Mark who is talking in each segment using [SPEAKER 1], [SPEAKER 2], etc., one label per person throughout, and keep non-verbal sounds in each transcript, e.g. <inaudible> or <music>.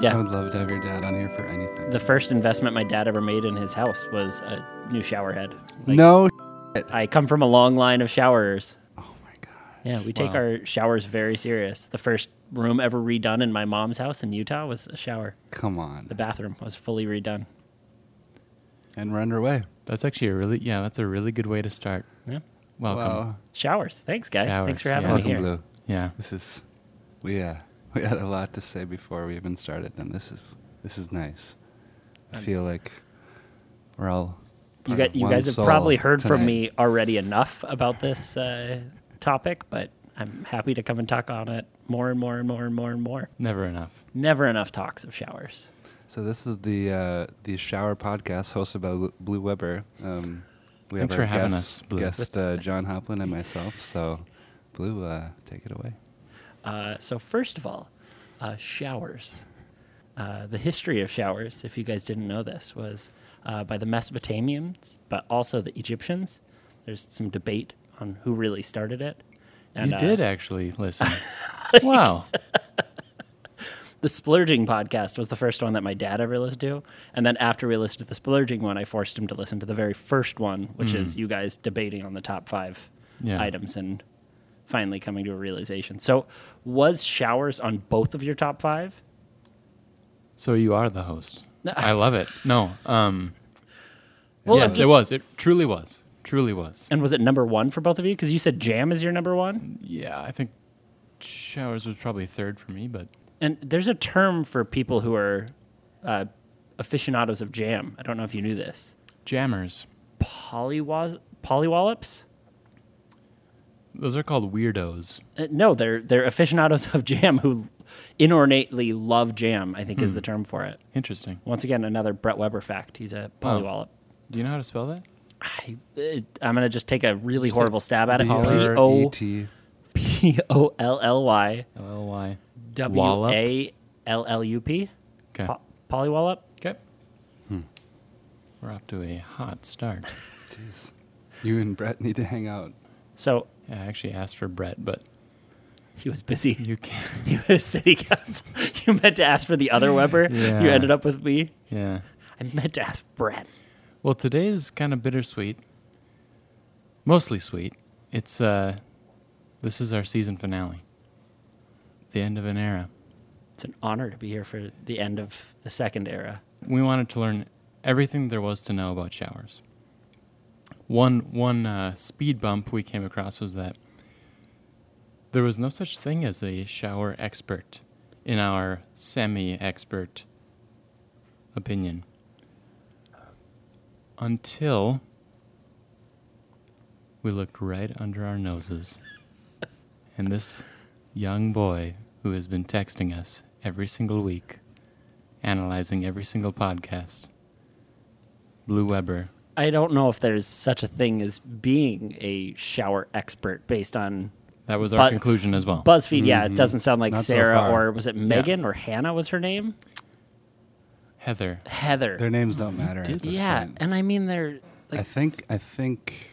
[SPEAKER 1] Yeah.
[SPEAKER 2] I would love to have your dad on here for anything.
[SPEAKER 1] The first investment my dad ever made in his house was a new shower head. Like,
[SPEAKER 2] no.
[SPEAKER 1] I come from a long line of showerers.
[SPEAKER 2] Oh my god.
[SPEAKER 1] Yeah, we take our showers very serious. The first room ever redone in my mom's house in Utah was a shower.
[SPEAKER 2] Come on.
[SPEAKER 1] The bathroom was fully redone.
[SPEAKER 2] And we're underway.
[SPEAKER 3] That's actually a really yeah. That's a really good way to start.
[SPEAKER 1] Yeah.
[SPEAKER 3] Welcome.
[SPEAKER 2] Wow.
[SPEAKER 1] Showers. Thanks, guys. Thanks
[SPEAKER 3] Showers,
[SPEAKER 1] for having
[SPEAKER 3] yeah.
[SPEAKER 1] me
[SPEAKER 2] Welcome,
[SPEAKER 1] here.
[SPEAKER 2] Blue.
[SPEAKER 3] Yeah.
[SPEAKER 2] This is. We uh, <laughs> we had a lot to say before we even started, and this is this is nice. I feel like we're all.
[SPEAKER 1] You,
[SPEAKER 2] part
[SPEAKER 1] got,
[SPEAKER 2] of
[SPEAKER 1] you
[SPEAKER 2] one
[SPEAKER 1] guys have
[SPEAKER 2] soul
[SPEAKER 1] probably heard from
[SPEAKER 2] tonight.
[SPEAKER 1] me already enough about this uh, topic, but I'm happy to come and talk on it more and more and more and more and more.
[SPEAKER 3] Never enough.
[SPEAKER 1] Never enough talks of showers.
[SPEAKER 2] So this is the uh, the shower podcast hosted by Lu- Blue Weber. Um, we
[SPEAKER 3] Thanks
[SPEAKER 2] have
[SPEAKER 3] for
[SPEAKER 2] our
[SPEAKER 3] having
[SPEAKER 2] guest,
[SPEAKER 3] us, Blue.
[SPEAKER 2] guest uh, John Hoplin and myself. So, Blue, uh, take it away.
[SPEAKER 1] Uh, so first of all, uh, showers. Uh, the history of showers, if you guys didn't know this, was uh, by the Mesopotamians, but also the Egyptians. There's some debate on who really started it.
[SPEAKER 3] you
[SPEAKER 1] uh,
[SPEAKER 3] did actually
[SPEAKER 1] <laughs>
[SPEAKER 3] listen. wow.
[SPEAKER 1] the splurging podcast was the first one that my dad ever listened to and then after we listened to the splurging one i forced him to listen to the very first one which is you guys debating on the top five
[SPEAKER 3] Mm. Yeah.
[SPEAKER 1] items and finally coming to a realization so was showers on both of your top five
[SPEAKER 3] So you are the host. I love it. No. Um.
[SPEAKER 1] Well, I'm
[SPEAKER 3] yes, it
[SPEAKER 1] just-
[SPEAKER 3] was. It truly was. Truly was.
[SPEAKER 1] and was it number one for both of you because you said jam is your number one
[SPEAKER 3] Yeah, I think showers was probably third for me, but
[SPEAKER 1] and there's a term for people who are uh, aficionados of jam i don't know if you knew this
[SPEAKER 3] jammers.
[SPEAKER 1] Polywaz- polywallops
[SPEAKER 3] Those are called weirdos.
[SPEAKER 1] Uh, no, they're they're aficionados of jam who inordinately love jam. I think is the term for it.
[SPEAKER 3] Interesting.
[SPEAKER 1] Once again, another Brett Weber fact. He's a polywallop.
[SPEAKER 3] Do you know how to spell that?
[SPEAKER 1] I, it, I'm gonna just take a really horrible stab at it. P
[SPEAKER 2] B R E
[SPEAKER 1] o
[SPEAKER 2] T.
[SPEAKER 1] p o l l y
[SPEAKER 3] L L Y.
[SPEAKER 1] w a l l u p.
[SPEAKER 3] Okay.
[SPEAKER 1] Po- Polywallop.
[SPEAKER 3] Okay. Hmm. We're off to a hot start.
[SPEAKER 2] Jeez. You and Brett need to hang out.
[SPEAKER 1] So
[SPEAKER 3] Yeah, I actually asked for Brett, but
[SPEAKER 1] he was busy.
[SPEAKER 3] you
[SPEAKER 1] <laughs>
[SPEAKER 3] can't.
[SPEAKER 1] He was city council. <laughs> you meant to ask for the other Weber. You
[SPEAKER 3] Yeah.
[SPEAKER 1] ended up with me.
[SPEAKER 3] Yeah.
[SPEAKER 1] I meant to ask Brett.
[SPEAKER 3] Well, today is kind of bittersweet. Mostly sweet. It's uh, this is our season finale. The end of an era.
[SPEAKER 1] It's an honor to be here for the end of the second era.
[SPEAKER 3] We wanted to learn everything there was to know about showers. One one uh, speed bump we came across was that there was no such thing as a shower expert in our semi-expert opinion until we looked right under our noses and this young boy who has been texting us every single week analyzing every single podcast. Blue Weber.
[SPEAKER 1] I don't know if there's such a thing as being a shower expert based on
[SPEAKER 3] That was our
[SPEAKER 1] But-
[SPEAKER 3] conclusion as well.
[SPEAKER 1] BuzzFeed. Yeah, it doesn't sound like
[SPEAKER 2] Mm-hmm. Not so
[SPEAKER 1] Sarah
[SPEAKER 2] far.
[SPEAKER 1] or was it Megan or Hannah was her name?
[SPEAKER 3] Heather.
[SPEAKER 1] Heather.
[SPEAKER 2] Their names don't matter. at this
[SPEAKER 1] Mm-hmm. yeah,
[SPEAKER 2] point.
[SPEAKER 1] and I mean they're like
[SPEAKER 2] I think I think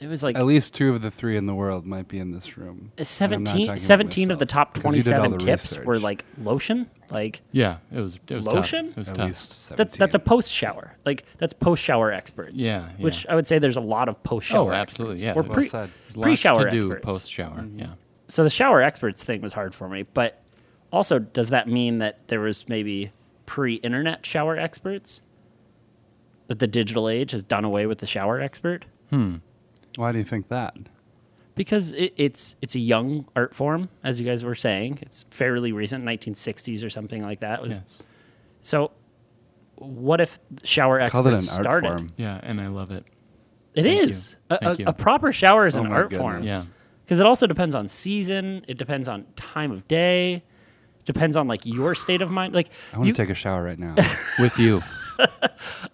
[SPEAKER 1] it was like
[SPEAKER 2] at least two of the three in the world might be in this room. And I'm not
[SPEAKER 1] 17,
[SPEAKER 2] talking
[SPEAKER 1] 17 of
[SPEAKER 2] myself,
[SPEAKER 1] the top
[SPEAKER 2] because you did all
[SPEAKER 1] 27
[SPEAKER 2] the
[SPEAKER 1] tips were
[SPEAKER 2] research.
[SPEAKER 1] like lotion. Like
[SPEAKER 3] Yeah, it was it was
[SPEAKER 1] Lotion?
[SPEAKER 3] tough. It was
[SPEAKER 2] at
[SPEAKER 3] tough.
[SPEAKER 2] least 17.
[SPEAKER 1] that's that's a post shower. Like that's post shower experts.
[SPEAKER 3] Yeah, yeah.
[SPEAKER 1] Which I would say there's a lot of post shower.
[SPEAKER 3] Oh, absolutely, yeah,
[SPEAKER 1] Or
[SPEAKER 3] there's-
[SPEAKER 2] well
[SPEAKER 1] pre,
[SPEAKER 2] said.
[SPEAKER 3] There's lots
[SPEAKER 1] pre-shower
[SPEAKER 3] to do
[SPEAKER 1] experts. Mm-hmm.
[SPEAKER 3] post shower. Yeah.
[SPEAKER 1] so the shower experts thing was hard for me but also does that mean that there was maybe pre-internet shower experts that the digital age has done away with the shower expert
[SPEAKER 2] Why do you think that?
[SPEAKER 1] because it, it's it's a young art form as you guys were saying it's fairly recent 1960s or something like that was
[SPEAKER 3] Yes.
[SPEAKER 1] so what if shower experts
[SPEAKER 2] Call it an art
[SPEAKER 1] started
[SPEAKER 2] form.
[SPEAKER 3] Yeah, and I love it.
[SPEAKER 1] It
[SPEAKER 3] Thank
[SPEAKER 1] is
[SPEAKER 3] you.
[SPEAKER 1] A,
[SPEAKER 3] Thank
[SPEAKER 1] a,
[SPEAKER 3] you.
[SPEAKER 1] a proper shower is
[SPEAKER 2] Oh
[SPEAKER 1] an
[SPEAKER 2] my
[SPEAKER 1] art
[SPEAKER 2] goodness.
[SPEAKER 1] form
[SPEAKER 3] Yeah.
[SPEAKER 1] because it also depends on season it depends on time of day depends on like your state of mind like
[SPEAKER 2] I want
[SPEAKER 1] you,
[SPEAKER 2] to take a shower right
[SPEAKER 1] <laughs>
[SPEAKER 2] now.
[SPEAKER 3] With you.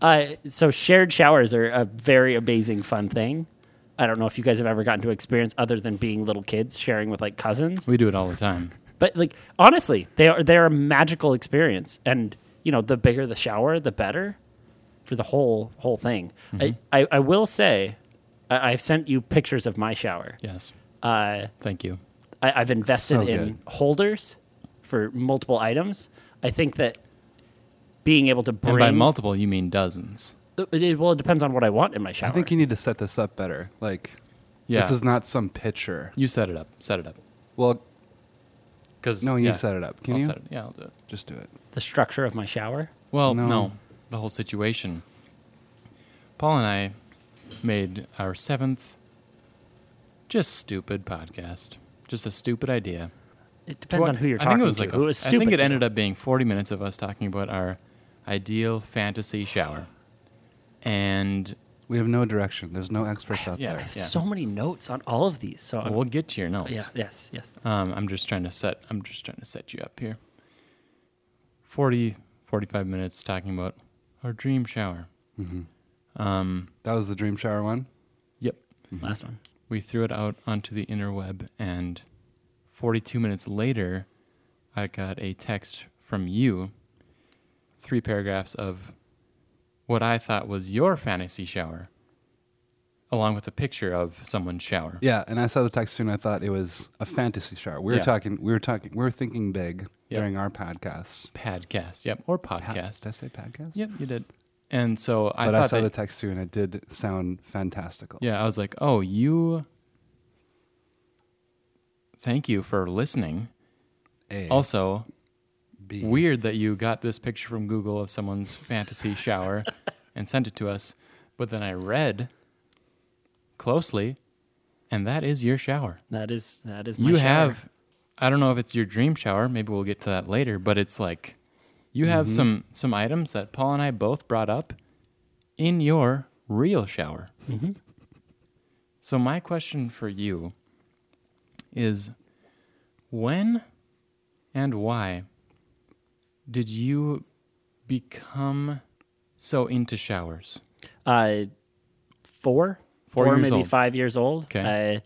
[SPEAKER 1] Uh, so shared showers are a very amazing, fun thing. I don't know if you guys have ever gotten to experience other than being little kids sharing with like cousins,
[SPEAKER 3] We do it all the time. <laughs>
[SPEAKER 1] but like honestly, they are they are a magical experience, and you know the bigger the shower, the better for the whole whole thing. I, I I will say, I, I've sent you pictures of my shower.
[SPEAKER 3] Yes.
[SPEAKER 1] Uh,
[SPEAKER 3] Thank you.
[SPEAKER 1] I, I've invested
[SPEAKER 2] So
[SPEAKER 1] in
[SPEAKER 2] good.
[SPEAKER 1] holders for multiple items. I think that being able to bring
[SPEAKER 3] And by multiple, you mean dozens.
[SPEAKER 1] it, it- well, it depends on what I want in my shower.
[SPEAKER 2] I think you need to set this up better. Like,
[SPEAKER 3] Yeah.
[SPEAKER 2] this is not some picture.
[SPEAKER 3] you set it up. Set it up.
[SPEAKER 2] Well,
[SPEAKER 3] Because
[SPEAKER 2] no, you set it up. Can
[SPEAKER 3] I'll
[SPEAKER 2] you
[SPEAKER 3] set it. Yeah, I'll do it.
[SPEAKER 2] just do it?
[SPEAKER 1] the structure of my shower.
[SPEAKER 3] Well,
[SPEAKER 2] No.
[SPEAKER 3] no. the whole situation. Paul and I made our seventh, just stupid podcast. Just a stupid idea.
[SPEAKER 1] It depends
[SPEAKER 3] Tw-
[SPEAKER 1] on who you're
[SPEAKER 3] I
[SPEAKER 1] talking
[SPEAKER 3] think it was
[SPEAKER 1] to.
[SPEAKER 3] Like a-
[SPEAKER 1] it was
[SPEAKER 3] I
[SPEAKER 1] stupid.
[SPEAKER 3] think it ended up being 40 minutes of us talking about our ideal fantasy shower. And
[SPEAKER 2] We have no direction. There's no experts out
[SPEAKER 3] yeah.
[SPEAKER 1] I
[SPEAKER 2] there.
[SPEAKER 1] have
[SPEAKER 3] yeah.
[SPEAKER 1] so many notes on all of these. So I'm,
[SPEAKER 3] we'll get to your notes.
[SPEAKER 1] yeah, yes, yes.
[SPEAKER 3] Um, I'm just trying to set. I'm just trying to set you up here. 40, 45 minutes talking about our dream shower. Um,
[SPEAKER 2] That was the dream shower one.
[SPEAKER 3] yep.
[SPEAKER 1] Last one.
[SPEAKER 3] We threw it out onto the interweb, and 42 minutes later, I got a text from you, three paragraphs of what I thought was your fantasy shower, along with a picture of someone's shower.
[SPEAKER 2] Yeah, and I saw the text soon. I thought it was a fantasy shower. We were
[SPEAKER 3] Yeah.
[SPEAKER 2] talking. We were talking. We were thinking big
[SPEAKER 3] Yep.
[SPEAKER 2] during our podcast.
[SPEAKER 3] Podcast, yep, or
[SPEAKER 2] Pa-
[SPEAKER 3] podcast.
[SPEAKER 2] Did I say podcast?
[SPEAKER 3] Yep, you did. And so I
[SPEAKER 2] but
[SPEAKER 3] thought
[SPEAKER 2] I saw
[SPEAKER 3] that,
[SPEAKER 2] the text too, and it did sound fantastical.
[SPEAKER 3] Yeah, I was like, oh, you. Thank you for listening.
[SPEAKER 2] A,
[SPEAKER 3] Also,
[SPEAKER 2] B.
[SPEAKER 3] weird that you got this picture from Google of someone's
[SPEAKER 2] <laughs>
[SPEAKER 3] fantasy shower and sent it to us. But then I read closely, and that is your shower.
[SPEAKER 1] That is that is my
[SPEAKER 3] you
[SPEAKER 1] shower.
[SPEAKER 3] have, I don't know if it's your dream shower. Maybe we'll get to that later. But it's like, you have
[SPEAKER 1] Mm-hmm.
[SPEAKER 3] some some items that Paul and I both brought up in your real shower.
[SPEAKER 1] Mm-hmm.
[SPEAKER 3] So my question for you is, when and why did you become so into showers?
[SPEAKER 1] uh, four,
[SPEAKER 3] Four years
[SPEAKER 1] maybe
[SPEAKER 3] old.
[SPEAKER 1] five years old.
[SPEAKER 3] Okay.
[SPEAKER 1] Uh,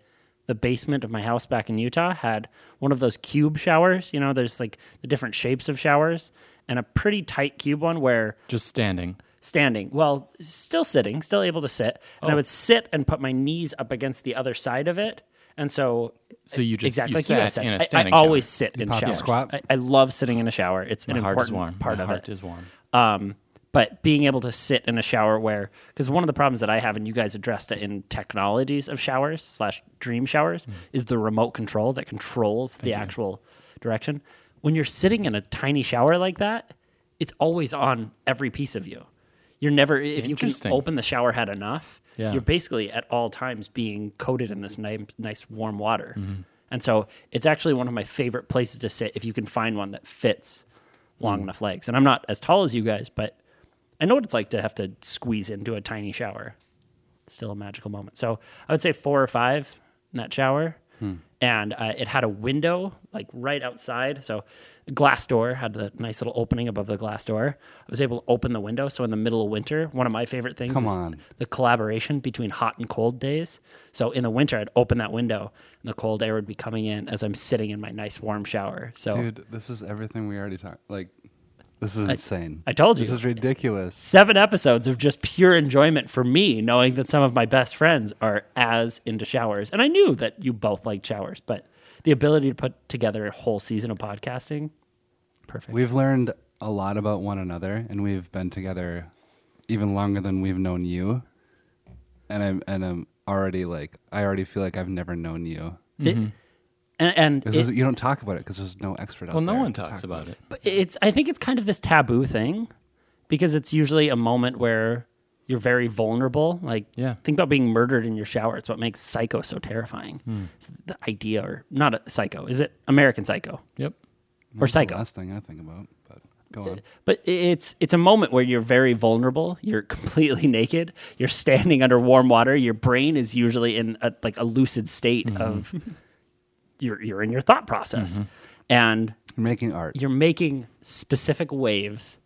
[SPEAKER 1] the basement of my house back in Utah had one of those cube showers. You know, there's like the different shapes of showers, and a pretty tight cube one where
[SPEAKER 3] Just standing.
[SPEAKER 1] standing, well, still sitting, still able to sit, and I
[SPEAKER 3] Oh.
[SPEAKER 1] would sit and put my knees up against the the other side of it, and so.
[SPEAKER 3] So you just
[SPEAKER 1] exactly
[SPEAKER 3] you
[SPEAKER 1] like you guys
[SPEAKER 3] sat
[SPEAKER 1] said.
[SPEAKER 3] in
[SPEAKER 1] I-
[SPEAKER 3] a standing
[SPEAKER 1] I,
[SPEAKER 3] shower.
[SPEAKER 1] always sit in
[SPEAKER 2] pop your
[SPEAKER 1] showers.
[SPEAKER 2] squat?
[SPEAKER 1] I, I love sitting in a shower. It's
[SPEAKER 3] My
[SPEAKER 1] an
[SPEAKER 3] heart is
[SPEAKER 1] important
[SPEAKER 3] warm.
[SPEAKER 1] part
[SPEAKER 3] My
[SPEAKER 1] of
[SPEAKER 3] heart
[SPEAKER 1] it
[SPEAKER 3] is warm.
[SPEAKER 1] um, but being able to sit in a shower where because one of the problems that i have and you guys addressed it in technologies of showers slash dream showers is the remote control that controls the actual direction when you're sitting in a tiny shower like that it's always on every piece of you you're never if you can
[SPEAKER 3] Interesting.
[SPEAKER 1] open the shower head enough
[SPEAKER 3] Yeah.
[SPEAKER 1] you're basically at all times being coated in this nice, nice warm water and so it's actually one of my favorite places to sit if you can find one that fits long enough legs. And I'm not as tall as you guys, but I know what it's like to have to squeeze into a tiny shower. It's still a magical moment. So I would say four or five in that shower. And uh, it had a window like right outside. So a glass door had the nice little opening above the glass door. I was able to open the window. So in the middle of winter, one of my favorite things
[SPEAKER 2] Come
[SPEAKER 1] is
[SPEAKER 2] on.
[SPEAKER 1] the collaboration between hot and cold days. So in the winter, I'd open that window and the cold air would be coming in as I'm sitting in my nice warm shower. So
[SPEAKER 2] dude, this is everything we already talked. Like, this is insane.
[SPEAKER 1] I told
[SPEAKER 2] This
[SPEAKER 1] you.
[SPEAKER 2] is ridiculous.
[SPEAKER 1] seven episodes of just pure enjoyment for me, knowing that some of my best friends are as into showers. And I knew that you both liked showers, but the ability to put together a whole season of podcasting, perfect.
[SPEAKER 2] We've learned a lot about one another, and we've been together even longer than we've known you. And I'm and I'm already like I already feel like I've never known you.
[SPEAKER 1] It- and and
[SPEAKER 2] 'Cause
[SPEAKER 1] it-
[SPEAKER 2] this- you don't talk about it because there's no expert
[SPEAKER 3] Well,
[SPEAKER 2] out there.
[SPEAKER 3] no one
[SPEAKER 2] to
[SPEAKER 3] talks
[SPEAKER 2] talk
[SPEAKER 3] about it.
[SPEAKER 1] but it's I think it's kind of this taboo thing because it's usually a moment where you're very vulnerable. Like
[SPEAKER 3] Yeah.
[SPEAKER 1] think about being murdered in your shower. It's what makes psycho so terrifying. It's the idea or not a psycho. Is it American psycho?
[SPEAKER 3] Yep.
[SPEAKER 2] That's
[SPEAKER 1] Or
[SPEAKER 2] the
[SPEAKER 1] psycho.
[SPEAKER 2] last thing I think about. But go
[SPEAKER 3] <laughs>
[SPEAKER 2] on.
[SPEAKER 1] But i- it's it's a moment where you're very vulnerable. You're <laughs> completely naked. You're standing under warm water. Your brain is usually in a, like a lucid state
[SPEAKER 3] Mm-hmm.
[SPEAKER 1] of <laughs> you're you're in your thought process, and
[SPEAKER 2] You're making art.
[SPEAKER 1] you're making specific waves,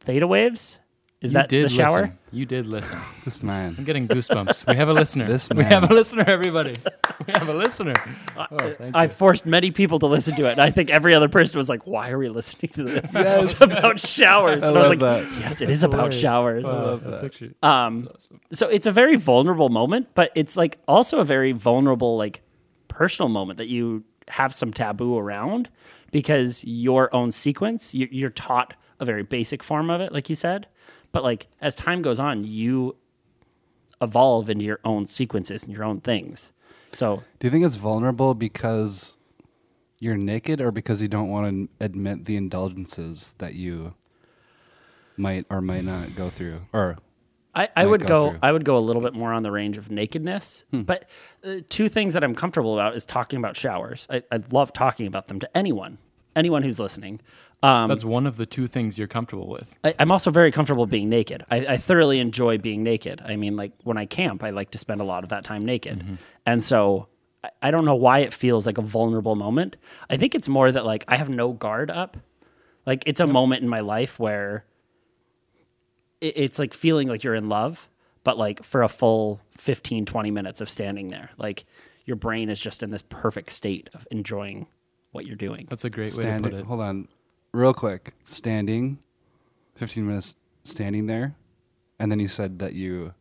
[SPEAKER 1] theta waves. Is
[SPEAKER 3] You
[SPEAKER 1] that
[SPEAKER 3] did
[SPEAKER 1] the shower?
[SPEAKER 3] listen. You did listen.
[SPEAKER 2] This man.
[SPEAKER 3] I'm getting goosebumps. We
[SPEAKER 1] <laughs>
[SPEAKER 3] have a listener.
[SPEAKER 2] This
[SPEAKER 3] we have
[SPEAKER 2] man.
[SPEAKER 3] a listener, everybody. <laughs> We have a listener. Oh, thank
[SPEAKER 1] I forced many people to listen to it, and I think every other person was like, "Why are we listening to this?
[SPEAKER 2] Yes.
[SPEAKER 1] <laughs> It's about showers."
[SPEAKER 2] I
[SPEAKER 1] and I was like,
[SPEAKER 2] love that.
[SPEAKER 1] "Yes, it is about showers."
[SPEAKER 3] that's actually
[SPEAKER 1] Um, so it's a very vulnerable moment, but it's like also a very vulnerable, like personal moment that you have some taboo around because your own sequence, you, you're taught a very basic form of it, like you said. But like as time goes on, you evolve into your own sequences and your own things. So
[SPEAKER 2] Do you think it's vulnerable because you're naked or because you don't want to admit the indulgences that you might or might not go through? Or
[SPEAKER 1] I, I
[SPEAKER 2] might
[SPEAKER 1] would
[SPEAKER 2] go
[SPEAKER 1] go,
[SPEAKER 2] through.
[SPEAKER 1] I would go a little bit more on the range of nakedness. But uh, two things that I'm comfortable about is talking about showers. I, I love talking about them to anyone, anyone who's listening. Um,
[SPEAKER 3] That's one of the two things you're comfortable with.
[SPEAKER 1] I, I'm also very comfortable being naked. I, I thoroughly enjoy being naked. I mean, like when I camp, I like to spend a lot of that time naked. And so I, I don't know why it feels like a vulnerable moment. I think it's more that like I have no guard up. Like it's a moment in my life where it, it's like feeling like you're in love, but like for a full 15, 20 minutes of standing there, like your brain is just in this perfect state of enjoying what you're doing.
[SPEAKER 3] That's a great way to
[SPEAKER 2] standing,
[SPEAKER 3] put it.
[SPEAKER 2] hold on, real quick, standing, 15 minutes standing there. And then you said that you,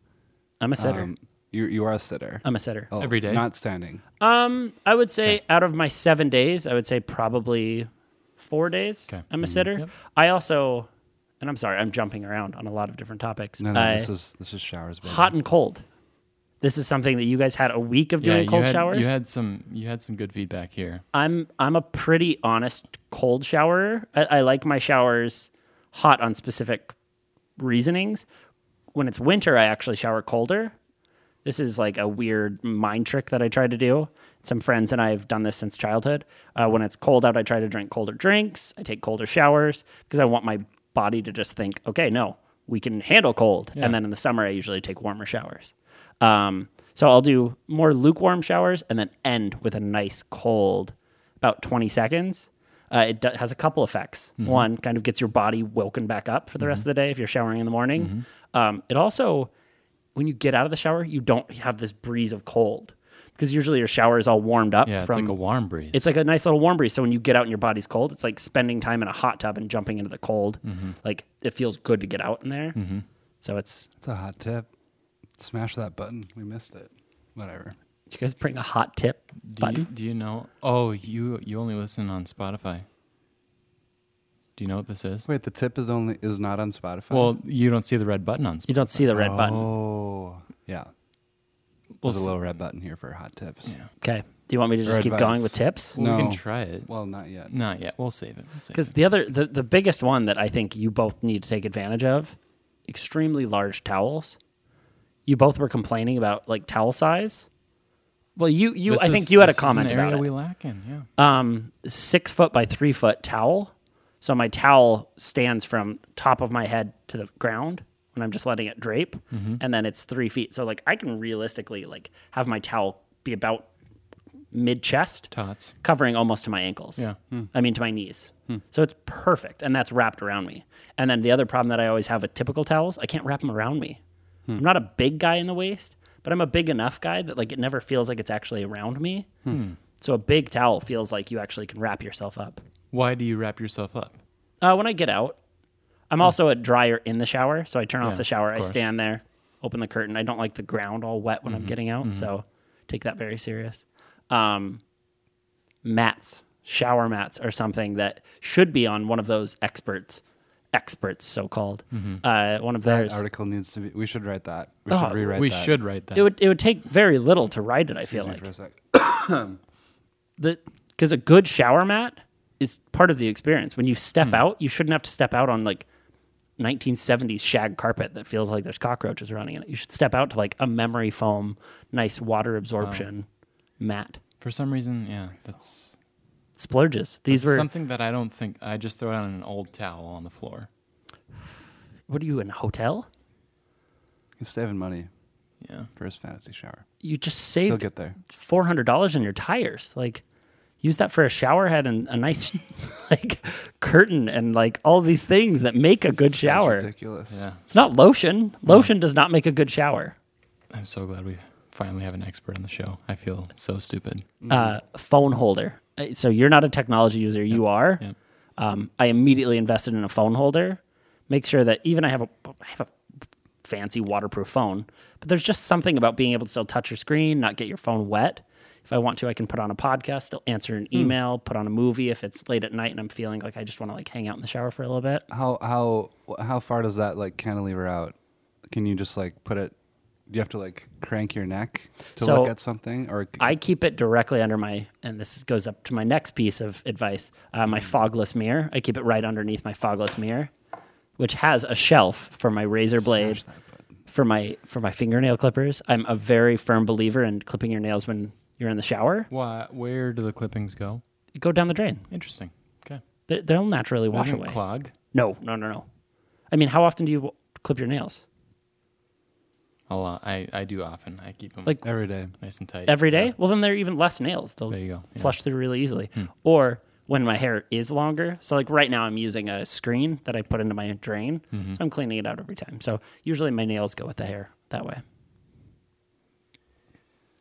[SPEAKER 1] I'm a sitter.
[SPEAKER 2] um, you, you are a sitter.
[SPEAKER 1] I'm a sitter.
[SPEAKER 2] Oh,
[SPEAKER 3] Um, Every day?
[SPEAKER 2] Not standing.
[SPEAKER 1] Um, I would say out of my seven days, I would say probably four days.
[SPEAKER 3] Okay. Mm-hmm.
[SPEAKER 1] I'm a sitter.
[SPEAKER 3] Yep.
[SPEAKER 1] I also, and I'm sorry, I'm jumping around on a lot of different topics.
[SPEAKER 2] No, no,
[SPEAKER 1] I-
[SPEAKER 2] this is this is showers. Baby.
[SPEAKER 1] hot and cold. This is something that you guys had a week of
[SPEAKER 3] Yeah,
[SPEAKER 1] doing
[SPEAKER 3] you
[SPEAKER 1] cold
[SPEAKER 3] had,
[SPEAKER 1] showers.
[SPEAKER 3] you had some you had some good feedback here.
[SPEAKER 1] I'm I'm a pretty honest cold showerer. I, I like my showers hot on specific reasonings. When it's winter, I actually shower colder. This is like a weird mind trick that I try to do. Some friends and I have done this since childhood. Uh, when it's cold out, I try to drink colder drinks. I take colder showers because I want my body to just think, okay, no, we can handle cold.
[SPEAKER 3] Yeah.
[SPEAKER 1] And then in the summer, I usually take warmer showers. Um, so I'll do more lukewarm showers and then end with a nice cold, about 20 seconds. Uh, it do- has a couple effects. One, kind of gets your body woken back up for the rest of the day if you're showering in the morning. Um, it also, when you get out of the shower, you don't have this breeze of cold because usually your shower is all warmed up
[SPEAKER 3] Yeah, it's
[SPEAKER 1] from
[SPEAKER 3] like a warm breeze.
[SPEAKER 1] it's like a nice little warm breeze. So when you get out and your body's cold, it's like spending time in a hot tub and jumping into the cold.
[SPEAKER 3] Mm-hmm.
[SPEAKER 1] Like it feels good to get out in there. So it's
[SPEAKER 2] It's a hot tip. Smash that button. We missed it. Whatever.
[SPEAKER 1] did you guys bring a hot tip
[SPEAKER 3] do
[SPEAKER 1] button?
[SPEAKER 3] you do you know? Oh, you you only listen on Spotify. Do you know what this is?
[SPEAKER 2] Wait, the tip is only is not on Spotify.
[SPEAKER 3] Well, you don't see the red button on
[SPEAKER 1] You
[SPEAKER 3] Spotify.
[SPEAKER 1] don't see the red button.
[SPEAKER 2] Oh, yeah.
[SPEAKER 3] Well,
[SPEAKER 2] There's a
[SPEAKER 3] s-
[SPEAKER 2] little red button here for hot tips.
[SPEAKER 3] Yeah.
[SPEAKER 1] Okay. Do you want me to just
[SPEAKER 2] Or
[SPEAKER 1] keep
[SPEAKER 2] advice.
[SPEAKER 1] going with tips?
[SPEAKER 3] well, we
[SPEAKER 2] No.
[SPEAKER 3] can try it.
[SPEAKER 2] Well, not yet.
[SPEAKER 3] Not yet. We'll save it. We'll save
[SPEAKER 1] Because
[SPEAKER 3] it.
[SPEAKER 1] the other, the, the biggest one that I think you both need to take advantage of, extremely large towels. You both were complaining about like towel size. Well, you, you,
[SPEAKER 3] This
[SPEAKER 1] I
[SPEAKER 3] is-
[SPEAKER 1] think you had a
[SPEAKER 3] this is an
[SPEAKER 1] comment about
[SPEAKER 3] area
[SPEAKER 1] it.
[SPEAKER 3] we lack in. Yeah.
[SPEAKER 1] um, six foot by three foot towel. So my towel stands from top of my head to the ground when I'm just letting it drape,
[SPEAKER 3] Mm-hmm.
[SPEAKER 1] and then it's three feet. So like I can realistically like have my towel be about mid chest,
[SPEAKER 3] Tots.
[SPEAKER 1] covering almost to my ankles.
[SPEAKER 3] Yeah.
[SPEAKER 1] I mean to my knees. So it's perfect, and that's wrapped around me. And then the other problem that I always have with typical towels, I can't wrap them around me. I'm not a big guy in the waist, but I'm a big enough guy that like it never feels like it's actually around me. So a big towel feels like you actually can wrap yourself up.
[SPEAKER 3] Why do you wrap yourself up?
[SPEAKER 1] Uh, when I get out,
[SPEAKER 2] Hmm.
[SPEAKER 1] I'm also a dryer in the shower, so I turn off
[SPEAKER 3] Yeah,
[SPEAKER 1] the shower.
[SPEAKER 3] of
[SPEAKER 1] I
[SPEAKER 3] course.
[SPEAKER 1] stand there, open the curtain. I don't like the ground all wet
[SPEAKER 2] Mm-hmm.
[SPEAKER 1] when I'm getting out, so take that very serious. Um, mats, shower mats, are something that should be on one of those experts, experts so called. Uh, one
[SPEAKER 2] Mm-hmm.
[SPEAKER 1] of
[SPEAKER 2] That
[SPEAKER 1] theirs.
[SPEAKER 2] article needs to be. We should write that. We
[SPEAKER 1] Oh,
[SPEAKER 2] should rewrite
[SPEAKER 3] we
[SPEAKER 2] that.
[SPEAKER 3] should write that.
[SPEAKER 1] It would it would take very little to write it. I
[SPEAKER 2] Excuse
[SPEAKER 1] feel
[SPEAKER 2] me
[SPEAKER 1] like
[SPEAKER 2] for a sec.
[SPEAKER 1] because a good shower mat is part of the experience. When you step out, you shouldn't have to step out on like 1970s shag carpet that feels like there's cockroaches running in it. You should step out to like a memory foam, nice water absorption mat.
[SPEAKER 3] For some reason, yeah, that's
[SPEAKER 1] Splurges. These were.
[SPEAKER 3] something that I don't think I just throw down an old towel on the floor.
[SPEAKER 1] What are you in a hotel?
[SPEAKER 2] He's saving money
[SPEAKER 3] Yeah.
[SPEAKER 2] for his fantasy shower.
[SPEAKER 1] You just
[SPEAKER 2] He'll
[SPEAKER 1] saved
[SPEAKER 2] get there.
[SPEAKER 1] four hundred dollars on your tires. Like, use that for a shower head and a nice <laughs> like curtain and like all these things that make a good
[SPEAKER 2] That's
[SPEAKER 1] shower.
[SPEAKER 2] ridiculous.
[SPEAKER 3] Yeah.
[SPEAKER 1] It's not lotion. Lotion does not make a good shower.
[SPEAKER 3] I'm so glad we finally have an expert on the show. I feel so stupid.
[SPEAKER 1] uh, phone holder. Uh, So you're not a technology user. You are.
[SPEAKER 3] yep.
[SPEAKER 1] Um, I immediately invested in a phone holder. Make sure that even I have a I have a fancy waterproof phone, but there's just something about being able to still touch your screen, not get your phone wet. If I want to, I can put on a podcast, I'll answer
[SPEAKER 3] Hmm.
[SPEAKER 1] an email, put on a movie if it's late at night and I'm feeling like I just want to like hang out in the shower for a little bit.
[SPEAKER 2] How how wh- how far does that like cantilever out? Can you just like put it? Do you have to like crank your neck to
[SPEAKER 1] So,
[SPEAKER 2] look at something, or c-
[SPEAKER 1] I keep it directly under my, and this goes up to my next piece of advice uh,
[SPEAKER 3] Mm.
[SPEAKER 1] my fogless mirror. I keep it right underneath my fogless mirror, which has a shelf for my razor blade, for my for my fingernail clippers. I'm a very firm believer in clipping your nails when you're in the shower.
[SPEAKER 3] Why, where do the clippings go?
[SPEAKER 1] Go down the drain.
[SPEAKER 3] Interesting. Okay.
[SPEAKER 1] They, they'll naturally wash
[SPEAKER 3] Doesn't
[SPEAKER 1] away.
[SPEAKER 3] clog
[SPEAKER 1] No, no, no, no. I mean, how often do you w- clip your nails?
[SPEAKER 3] a lot. I, I do often. I keep them
[SPEAKER 1] Like-
[SPEAKER 2] every day?
[SPEAKER 3] nice and tight.
[SPEAKER 1] every day. Well, then they're even less nails. They'll
[SPEAKER 3] There you go, yeah. Hmm.
[SPEAKER 1] flush through really easily. Or when my hair is longer. So like right now, I'm using a screen that I put into my drain,
[SPEAKER 3] Mm-hmm.
[SPEAKER 1] so I'm cleaning it out every time. So usually my nails go with the hair that way.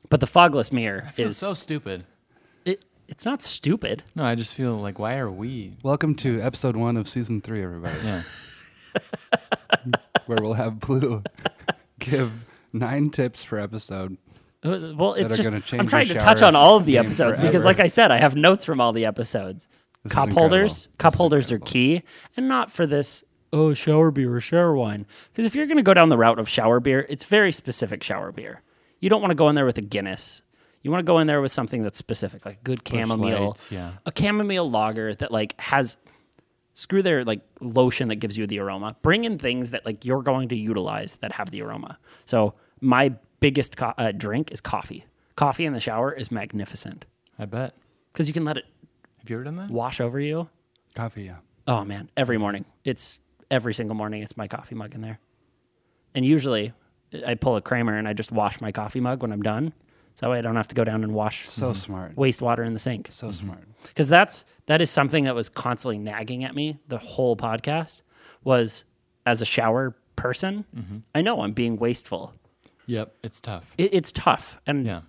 [SPEAKER 1] But the fogless mirror
[SPEAKER 3] Feels
[SPEAKER 1] is
[SPEAKER 3] so stupid.
[SPEAKER 1] it, it's not stupid.
[SPEAKER 3] No, I just feel like why are we?
[SPEAKER 2] Welcome to episode one of season three, everybody,
[SPEAKER 3] Yeah.
[SPEAKER 2] where we'll have Blue <laughs> give nine tips per episode.
[SPEAKER 1] Uh, Well, it's
[SPEAKER 2] are
[SPEAKER 1] just
[SPEAKER 2] gonna change
[SPEAKER 1] I'm
[SPEAKER 2] your
[SPEAKER 1] trying to touch
[SPEAKER 2] shower
[SPEAKER 1] on all of the
[SPEAKER 2] game
[SPEAKER 1] episodes because,
[SPEAKER 2] forever.
[SPEAKER 1] like I said, I have notes from all the episodes.
[SPEAKER 2] This is
[SPEAKER 1] cup
[SPEAKER 2] incredible.
[SPEAKER 1] holders,
[SPEAKER 2] This
[SPEAKER 1] cup
[SPEAKER 2] is
[SPEAKER 1] holders are
[SPEAKER 2] incredible.
[SPEAKER 1] key, and not for this. Oh, shower beer or shower wine. Because if you're going to go down the route of shower beer, it's very specific shower beer. You don't want to go in there with a Guinness. You want to go in there with something that's specific, like good chamomile,
[SPEAKER 3] Light, yeah.
[SPEAKER 1] a chamomile lager that like has screw their like lotion that gives you the aroma. Bring in things that like you're going to utilize that have the aroma. So my biggest co- uh, drink is coffee. Coffee in the shower is magnificent
[SPEAKER 3] I bet.
[SPEAKER 1] because you can let it
[SPEAKER 3] Have you ever done that?
[SPEAKER 1] wash over you.
[SPEAKER 2] Coffee, yeah.
[SPEAKER 1] Oh man, every morning it's every single morning it's my coffee mug in there, and usually I pull a Kramer and I just wash my coffee mug when I'm done. So that way I don't have to go down and wash
[SPEAKER 2] So smart,
[SPEAKER 1] wastewater in the sink
[SPEAKER 2] so smart.
[SPEAKER 1] because that's that is something that was constantly nagging at me the whole podcast was as a shower person
[SPEAKER 3] Mm-hmm.
[SPEAKER 1] i know i'm being wasteful
[SPEAKER 3] Yep. It's tough.
[SPEAKER 1] it, it's tough and
[SPEAKER 3] Yeah.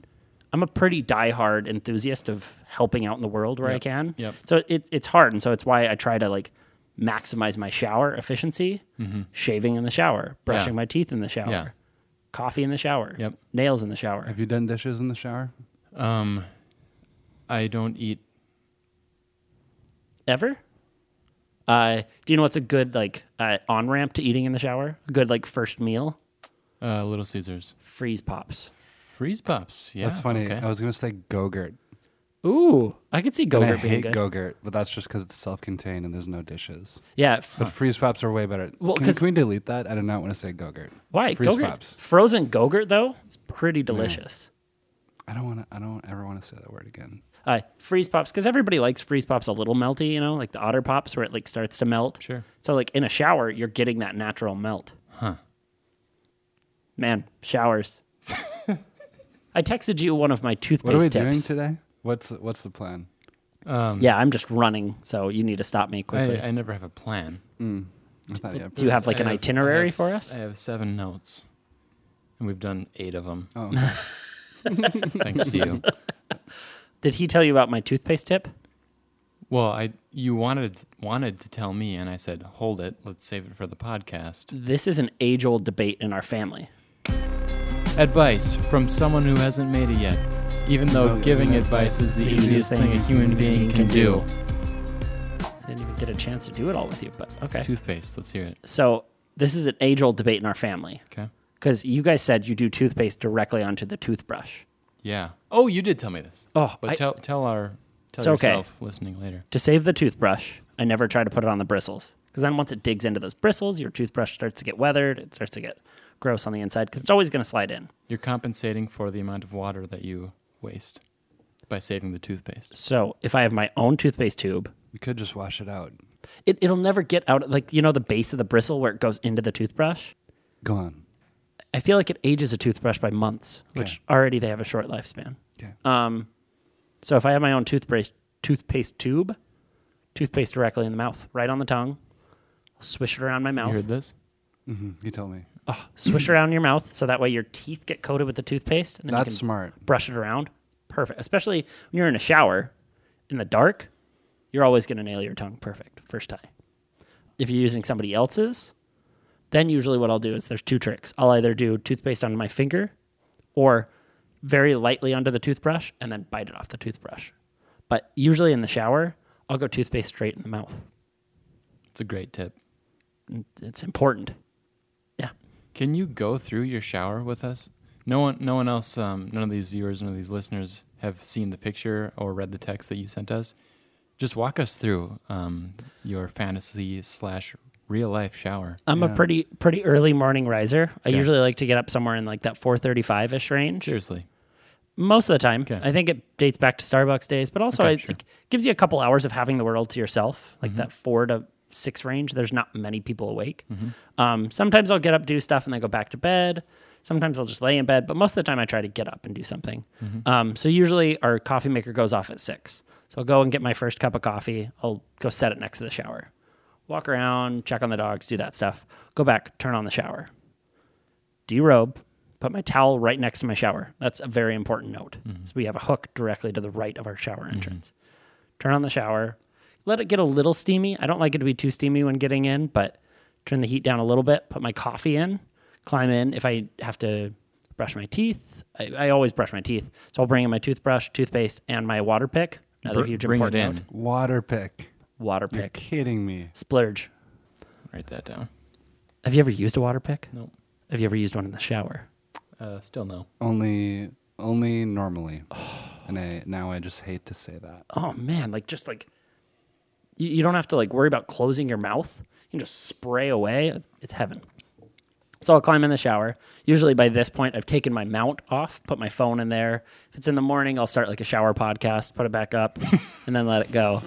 [SPEAKER 1] i'm a pretty diehard enthusiast of helping out in the world where i
[SPEAKER 3] Yep,
[SPEAKER 1] can
[SPEAKER 3] yep.
[SPEAKER 1] so it, it's hard and so it's why i try to like maximize my shower efficiency shaving in the shower brushing my teeth in the shower
[SPEAKER 3] Mm-hmm. Yeah.
[SPEAKER 1] coffee in the shower
[SPEAKER 3] Yep.
[SPEAKER 1] nails in the shower
[SPEAKER 2] Have you done dishes in the shower?
[SPEAKER 3] Um, I don't eat.
[SPEAKER 1] ever. Uh, do you know what's a good like uh, on ramp to eating in the shower? A good like first meal?
[SPEAKER 3] Uh, Little Caesars.
[SPEAKER 1] Freeze pops.
[SPEAKER 3] Freeze pops. Yeah.
[SPEAKER 2] that's funny. Uh,
[SPEAKER 3] okay.
[SPEAKER 2] I was gonna say Gogurt.
[SPEAKER 1] Ooh, I could see
[SPEAKER 2] And I
[SPEAKER 1] Gogurt being
[SPEAKER 2] hate
[SPEAKER 1] good.
[SPEAKER 2] Gogurt, but that's just because it's self-contained and there's no dishes.
[SPEAKER 1] yeah, f-
[SPEAKER 2] But freeze pops are way better.
[SPEAKER 1] Well,
[SPEAKER 2] can,
[SPEAKER 1] 'cause-
[SPEAKER 2] can we delete that? I did not want to say Gogurt.
[SPEAKER 1] why
[SPEAKER 2] Freeze
[SPEAKER 1] Gogurt?
[SPEAKER 2] pops.
[SPEAKER 1] Frozen Gogurt though, it's pretty delicious.
[SPEAKER 2] I don't want to. I don't ever want to say that word again.
[SPEAKER 1] Uh, freeze pops because everybody likes freeze pops a little melty, you know, like the Otter Pops where it like starts to melt.
[SPEAKER 3] Sure.
[SPEAKER 1] So like in a shower, you're getting that natural melt.
[SPEAKER 3] Huh.
[SPEAKER 1] Man,
[SPEAKER 2] <laughs>
[SPEAKER 1] showers. I texted you one of my toothpaste
[SPEAKER 2] What are we
[SPEAKER 1] tips.
[SPEAKER 2] doing today? What's the, what's the plan?
[SPEAKER 3] Um,
[SPEAKER 1] yeah, I'm just running, so you need to stop me quickly.
[SPEAKER 3] I, I never have a plan.
[SPEAKER 2] Mm. I thought you had-
[SPEAKER 1] Do you have like
[SPEAKER 3] I
[SPEAKER 1] an
[SPEAKER 3] have- I
[SPEAKER 1] itinerary
[SPEAKER 3] have
[SPEAKER 1] for
[SPEAKER 3] s-
[SPEAKER 1] us?
[SPEAKER 3] I have seven notes, and we've done eight
[SPEAKER 2] <laughs>
[SPEAKER 3] of them.
[SPEAKER 1] <laughs>
[SPEAKER 2] Oh, okay.
[SPEAKER 3] Thanks to you.
[SPEAKER 1] Did he tell you about my toothpaste tip?
[SPEAKER 3] Well, I you wanted wanted to tell me, and I said, "Hold it. Let's save it for the podcast."
[SPEAKER 1] This is an age old debate in our family.
[SPEAKER 3] Advice from someone who hasn't made it yet, even though
[SPEAKER 2] No,
[SPEAKER 3] giving
[SPEAKER 2] no,
[SPEAKER 3] advice is the easiest thing a human being can do.
[SPEAKER 1] I didn't even get a chance to do it all with you, but okay.
[SPEAKER 3] Toothpaste. Let's hear it.
[SPEAKER 1] So, this is an age old debate in our family
[SPEAKER 3] Okay.
[SPEAKER 1] because you guys said you do toothpaste directly onto the toothbrush.
[SPEAKER 3] Yeah. Oh, you did tell me this.
[SPEAKER 1] Oh,
[SPEAKER 3] but
[SPEAKER 1] I-
[SPEAKER 3] tell tell our tell
[SPEAKER 1] It's okay.
[SPEAKER 3] yourself listening later.
[SPEAKER 1] To save the toothbrush, I never try to put it on the bristles because then once it digs into those bristles, your toothbrush starts to get weathered, it starts to get gross on the inside because it's always going to slide in.
[SPEAKER 3] You're compensating for the amount of water that you waste by saving the toothpaste.
[SPEAKER 1] So, if I have my own toothpaste tube,
[SPEAKER 2] you could just wash it out.
[SPEAKER 1] it, it'll never get out like you know the base of the bristle where it goes into the toothbrush
[SPEAKER 2] Go on.
[SPEAKER 1] i feel like it ages a toothbrush by months which
[SPEAKER 2] Okay.
[SPEAKER 1] already they have a short lifespan Um,
[SPEAKER 2] Okay.
[SPEAKER 1] so if i have my own toothpaste toothpaste tube toothpaste directly in the mouth right on the tongue swish it around my
[SPEAKER 3] You
[SPEAKER 1] mouth
[SPEAKER 3] heard this?
[SPEAKER 2] Mm, you tell me.
[SPEAKER 1] swish it around your mouth so that way your teeth get coated with the toothpaste and then
[SPEAKER 2] That's
[SPEAKER 1] you can
[SPEAKER 2] smart.
[SPEAKER 1] brush it around perfect especially when you're in a shower in the dark you're always going to nail your tongue perfect first time if you're using somebody else's then usually what I'll do is there's two tricks. I'll either do toothpaste on my finger or very lightly onto the toothbrush and then bite it off the toothbrush. But usually in the shower, I'll go toothpaste straight in the mouth.
[SPEAKER 3] It's a great tip.
[SPEAKER 1] It's important. Yeah.
[SPEAKER 3] Can you go through your shower with us? No one, no one else, um, none of these viewers, none of these listeners have seen the picture or read the text that you sent us. Just walk us through um, your fantasy slash real life shower.
[SPEAKER 1] I'm a
[SPEAKER 2] Yeah.
[SPEAKER 1] pretty pretty early morning riser. I
[SPEAKER 3] Okay.
[SPEAKER 1] usually like to get up somewhere in like that 4:35ish range.
[SPEAKER 3] Seriously,
[SPEAKER 1] Most of the time,
[SPEAKER 3] Okay.
[SPEAKER 1] I think it dates back to Starbucks days, but also
[SPEAKER 3] Okay,
[SPEAKER 1] I
[SPEAKER 3] sure. Mm-hmm.
[SPEAKER 1] it gives you a couple hours of having the world to yourself, like that four to six range. There's not many people awake.
[SPEAKER 3] Mm-hmm.
[SPEAKER 1] Um, sometimes I'll get up, do stuff, and then go back to bed. Sometimes I'll just lay in bed, but most of the time I try to get up and do something.
[SPEAKER 3] Mm-hmm.
[SPEAKER 1] Um, so usually our coffee maker goes off at six. So I'll go and get my first cup of coffee. I'll go set it next to the shower, walk around, check on the dogs, do that stuff. Go back, turn on the shower derobe, put my towel right next to my shower. That's a very important note.
[SPEAKER 3] Mm-hmm.
[SPEAKER 1] So we have a hook directly to the right of our shower entrance. Turn on the shower, let it get a little steamy. I don't like it to be too steamy when getting in, but turn the heat down a little bit, put my coffee in, climb in. If I have to brush my teeth, I, I always brush my teeth. So I'll bring in my toothbrush, toothpaste, and my water pick. Another
[SPEAKER 3] Br-
[SPEAKER 1] huge
[SPEAKER 3] bring it
[SPEAKER 1] important
[SPEAKER 3] in.
[SPEAKER 1] note.
[SPEAKER 2] Water pick.
[SPEAKER 1] Water
[SPEAKER 2] You're
[SPEAKER 1] pick.
[SPEAKER 2] kidding me.
[SPEAKER 1] Splurge.
[SPEAKER 3] Write that down.
[SPEAKER 1] Have you ever used a water pick?
[SPEAKER 3] Nope.
[SPEAKER 1] Have you ever used one in the shower?
[SPEAKER 3] Uh, still no.
[SPEAKER 2] Only only
[SPEAKER 3] <sighs>
[SPEAKER 2] normally. and I now I just hate to say that.
[SPEAKER 1] oh man, like just like you, you don't have to like worry about closing your mouth. You can just spray away. It's heaven. So I'll climb in the shower. Usually by this point, I've taken my mount off, put my phone in there. If it's in the morning, I'll start like a shower podcast, put it back up,
[SPEAKER 2] <laughs>
[SPEAKER 1] and then let it go.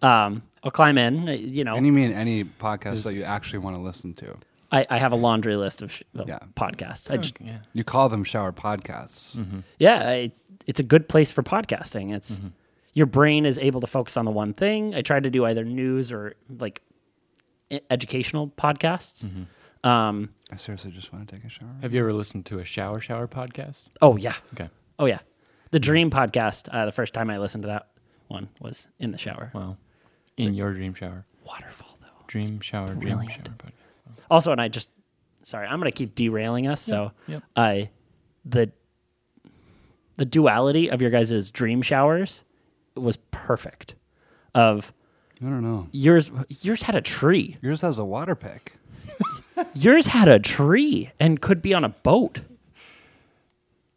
[SPEAKER 1] Um, I'll climb in. You know,
[SPEAKER 2] And you mean any podcast that you actually want to listen to.
[SPEAKER 1] I, I have a laundry list of, sh- of
[SPEAKER 2] Yeah.
[SPEAKER 1] podcasts. I just
[SPEAKER 3] Oh, Yeah.
[SPEAKER 2] You call them shower podcasts.
[SPEAKER 3] Mm-hmm.
[SPEAKER 1] yeah, I, it's a good place for podcasting. It's your brain is able to focus on the one thing. I try to do either news or like e- educational podcasts. Um,
[SPEAKER 2] I seriously just want to take a shower.
[SPEAKER 3] Have you ever listened to a shower shower podcast?
[SPEAKER 1] oh yeah,
[SPEAKER 3] Okay.
[SPEAKER 1] oh yeah, the Dream podcast. Uh, the first time I listened to that one was in the shower.
[SPEAKER 3] Wow. In your dream shower.
[SPEAKER 1] Waterfall though.
[SPEAKER 3] Dream shower, dream
[SPEAKER 1] brilliant.
[SPEAKER 3] shower podcast.
[SPEAKER 1] Also, and I just sorry, I'm gonna keep derailing us. So
[SPEAKER 3] yep.
[SPEAKER 1] I the the duality of your guys' dream showers was perfect. Of
[SPEAKER 2] I don't know.
[SPEAKER 1] yours, yours had a tree.
[SPEAKER 2] Yours has a water pick.
[SPEAKER 1] Yours had a tree and could be on a boat.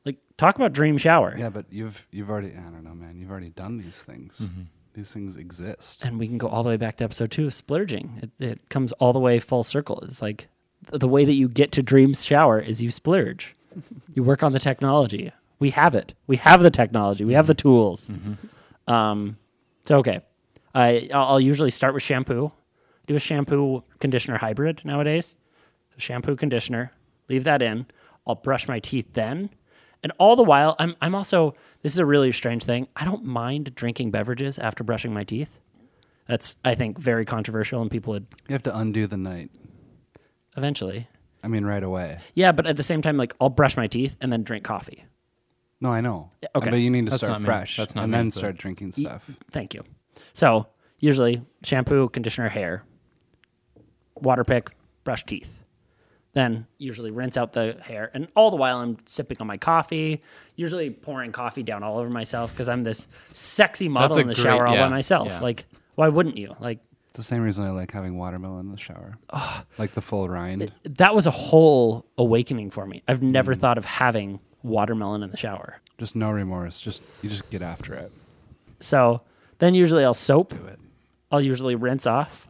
[SPEAKER 1] Like talk about dream shower.
[SPEAKER 2] Yeah, but you've you've already I don't know, man. You've already done these things.
[SPEAKER 3] Mm-hmm.
[SPEAKER 2] These things exist.
[SPEAKER 1] And we can go all the way back to episode two of splurging. It, it comes all the way full circle. It's like th- the way that you get to dream shower is you splurge. <laughs> you work on the technology. We have it. We have the technology. We have the tools. Um, so okay, I I'll I'll usually start with shampoo. Do a shampoo conditioner hybrid nowadays. So shampoo conditioner, leave that in. I'll brush my teeth then, and all the while I'm I'm also this is a really strange thing. I don't mind drinking beverages after brushing my teeth. That's I think very controversial, and people would
[SPEAKER 2] You have to undo the night.
[SPEAKER 1] eventually.
[SPEAKER 2] I mean right away.
[SPEAKER 1] Yeah, but at the same time, like I'll brush my teeth and then drink coffee.
[SPEAKER 2] No, I know.
[SPEAKER 1] okay.
[SPEAKER 2] But you need to
[SPEAKER 3] That's not
[SPEAKER 2] start
[SPEAKER 3] me.
[SPEAKER 2] fresh.
[SPEAKER 3] That's not
[SPEAKER 2] and
[SPEAKER 3] me,
[SPEAKER 2] then
[SPEAKER 3] but-
[SPEAKER 2] start drinking stuff.
[SPEAKER 1] Thank you. So usually shampoo, conditioner, hair, water pick, brush teeth. Then usually rinse out the hair, and all the while I'm sipping on my coffee. Usually pouring coffee down all over myself because I'm this sexy model
[SPEAKER 3] a
[SPEAKER 1] in the
[SPEAKER 3] great-
[SPEAKER 1] shower all
[SPEAKER 3] yeah,
[SPEAKER 1] by myself.
[SPEAKER 3] yeah.
[SPEAKER 1] Like, why wouldn't you? Like,
[SPEAKER 2] It's the same reason I like having watermelon in the
[SPEAKER 3] <sighs>
[SPEAKER 2] shower. like the full rind.
[SPEAKER 1] that was a whole awakening for me. I've
[SPEAKER 3] Mm.
[SPEAKER 1] never thought of having watermelon in the shower.
[SPEAKER 2] just no remorse. Just you just get after it.
[SPEAKER 1] So then usually I'll soap. I'll usually rinse off.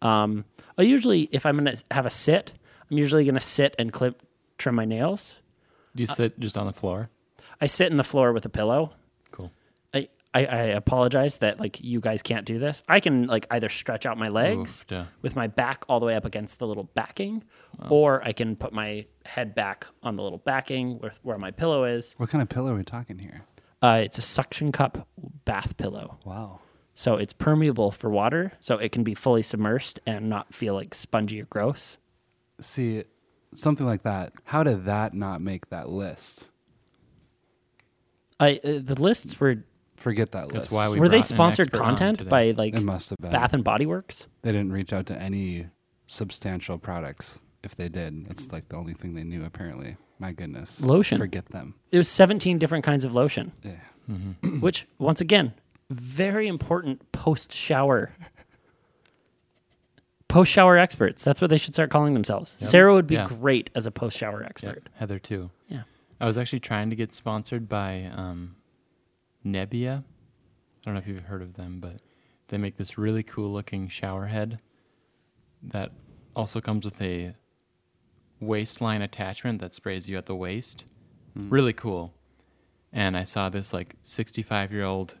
[SPEAKER 1] Um, I usually, if I'm gonna have a sit, I'm usually gonna sit and clip trim my nails.
[SPEAKER 3] Do you sit just on the floor?
[SPEAKER 1] I sit in the floor with a pillow.
[SPEAKER 3] Cool.
[SPEAKER 1] I, I, I apologize that like you guys can't do this. I can like either stretch out my legs
[SPEAKER 3] Oof, yeah.
[SPEAKER 1] with my back all the way up against the little backing, or I can put my head back on the little backing with where my pillow is.
[SPEAKER 2] What kind of pillow are we talking here?
[SPEAKER 1] Uh, it's a suction cup bath pillow.
[SPEAKER 2] Wow.
[SPEAKER 1] So it's permeable for water, so it can be fully submersed and not feel like spongy or gross.
[SPEAKER 2] See, something like that. How did that not make that list?
[SPEAKER 1] I uh, the lists were
[SPEAKER 2] Forget that list.
[SPEAKER 3] That's why we
[SPEAKER 1] were they
[SPEAKER 3] brought an
[SPEAKER 1] sponsored
[SPEAKER 3] expert on
[SPEAKER 1] content
[SPEAKER 3] today.
[SPEAKER 1] by like
[SPEAKER 2] It must have been.
[SPEAKER 1] Bath and Body Works?
[SPEAKER 2] They didn't reach out to any substantial products. if they did. That's like the only thing they knew apparently. My goodness.
[SPEAKER 1] Lotion.
[SPEAKER 2] Forget them.
[SPEAKER 1] It was 17 different kinds of
[SPEAKER 3] <clears throat>
[SPEAKER 1] lotion,
[SPEAKER 2] Yeah.
[SPEAKER 1] which, once again, very important post shower. Post shower experts. That's what they should start calling themselves. Sarah would be
[SPEAKER 3] Yeah.
[SPEAKER 1] great as a post shower
[SPEAKER 3] Yep,
[SPEAKER 1] expert.
[SPEAKER 3] Heather too.
[SPEAKER 1] Yeah.
[SPEAKER 3] I was actually trying to get sponsored by um, Nebbia. I don't know if you've heard of them, but they make this really cool looking shower head that also comes with a waistline attachment that sprays you at the waist. Really cool. And I saw this like 65 year old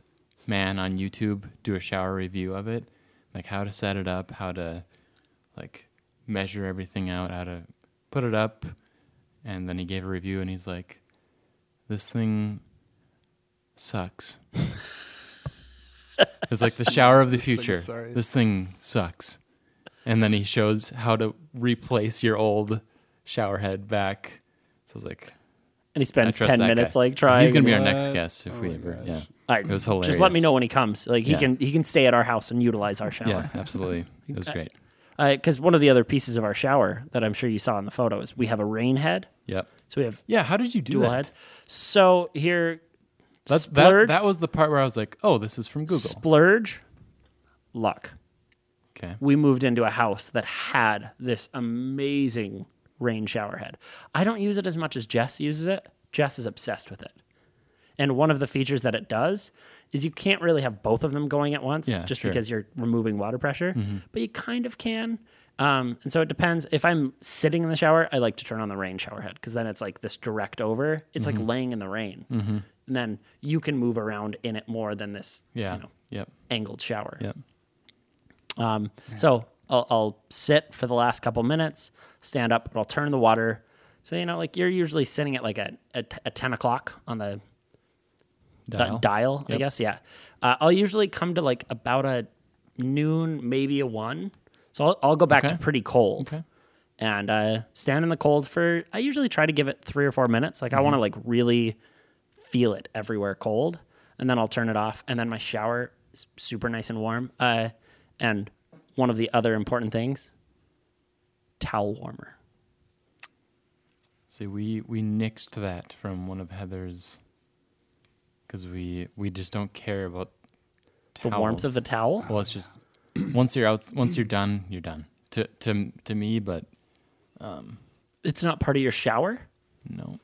[SPEAKER 3] man on YouTube do a shower review of it, like how to set it up, how to like measure everything out, how to put it up, and then he gave a review and he's like, "This thing sucks." <laughs> it's like the shower of the
[SPEAKER 2] This thing
[SPEAKER 3] future.
[SPEAKER 2] sorry.
[SPEAKER 3] This thing sucks, and then he shows how to replace your old shower head back. So I was like,
[SPEAKER 1] And he
[SPEAKER 3] I
[SPEAKER 1] spends
[SPEAKER 3] trust
[SPEAKER 1] 10
[SPEAKER 3] that guy.
[SPEAKER 1] minutes like
[SPEAKER 3] So
[SPEAKER 1] trying.
[SPEAKER 3] he's gonna be our
[SPEAKER 1] and-
[SPEAKER 3] next
[SPEAKER 2] What?
[SPEAKER 3] guest if
[SPEAKER 2] Oh
[SPEAKER 3] we
[SPEAKER 2] my
[SPEAKER 3] ever.
[SPEAKER 2] gosh.
[SPEAKER 3] Yeah,
[SPEAKER 1] All right,
[SPEAKER 3] It was
[SPEAKER 1] Just let me
[SPEAKER 3] hilarious.
[SPEAKER 1] know when he comes. Like he
[SPEAKER 3] Yeah.
[SPEAKER 1] can he can stay at our house and utilize our shower.
[SPEAKER 3] yeah, absolutely.
[SPEAKER 1] <laughs>
[SPEAKER 3] It was great.
[SPEAKER 1] because Uh, one of the other pieces of our shower that I'm sure you saw in the photo is we have a rain head.
[SPEAKER 3] Yep.
[SPEAKER 1] So we have
[SPEAKER 3] Yeah. How did you do
[SPEAKER 1] dual
[SPEAKER 3] that?
[SPEAKER 1] heads. So here,
[SPEAKER 3] That's that,
[SPEAKER 1] splurge,
[SPEAKER 3] that was the part where I was like, oh, this is from Google.
[SPEAKER 1] splurge, luck.
[SPEAKER 3] okay.
[SPEAKER 1] We moved into a house that had this amazing rain shower head. I don't use it as much as Jess uses it. Jess is obsessed with it. And one of the features that it does is you can't really have both of them going at once
[SPEAKER 3] Yeah,
[SPEAKER 1] just
[SPEAKER 3] sure. Mm-hmm.
[SPEAKER 1] because you're removing water pressure, but you kind of can. Um, and so it depends. If I'm sitting in the shower, I like to turn on the rain shower head because then it's like this direct over. It's
[SPEAKER 3] Mm-hmm.
[SPEAKER 1] like laying in the rain. And then you can move around in it more than this
[SPEAKER 3] Yeah.
[SPEAKER 1] you know,
[SPEAKER 3] Yep.
[SPEAKER 1] angled shower.
[SPEAKER 3] Yep.
[SPEAKER 1] Um, So I'll, I'll sit for the last couple minutes, stand up, and I'll turn the water. So, you know, like you're usually sitting at like a, a, t- a 10 o'clock on the dial,
[SPEAKER 3] Dial.
[SPEAKER 1] dial I
[SPEAKER 3] Yep.
[SPEAKER 1] guess. Yeah. Uh, I'll usually come to like about a noon, maybe a one. So I'll, I'll go back
[SPEAKER 3] Okay.
[SPEAKER 1] to pretty cold
[SPEAKER 3] Okay.
[SPEAKER 1] and uh, stand in the cold for, I usually try to give it three or four minutes. Like I
[SPEAKER 3] Mm-hmm.
[SPEAKER 1] want to like really feel it everywhere cold. And then I'll turn it off. And then my shower is super nice and warm. Uh, and one of the other important things towel warmer.
[SPEAKER 3] See, we we nixed that from one of Heather's because we we just don't care about
[SPEAKER 1] The warmth of the
[SPEAKER 3] towels.
[SPEAKER 1] towel.
[SPEAKER 3] Well, it's just once you're out, once you're done, you're done. To to to me, but
[SPEAKER 1] It's not part of your shower.
[SPEAKER 3] no.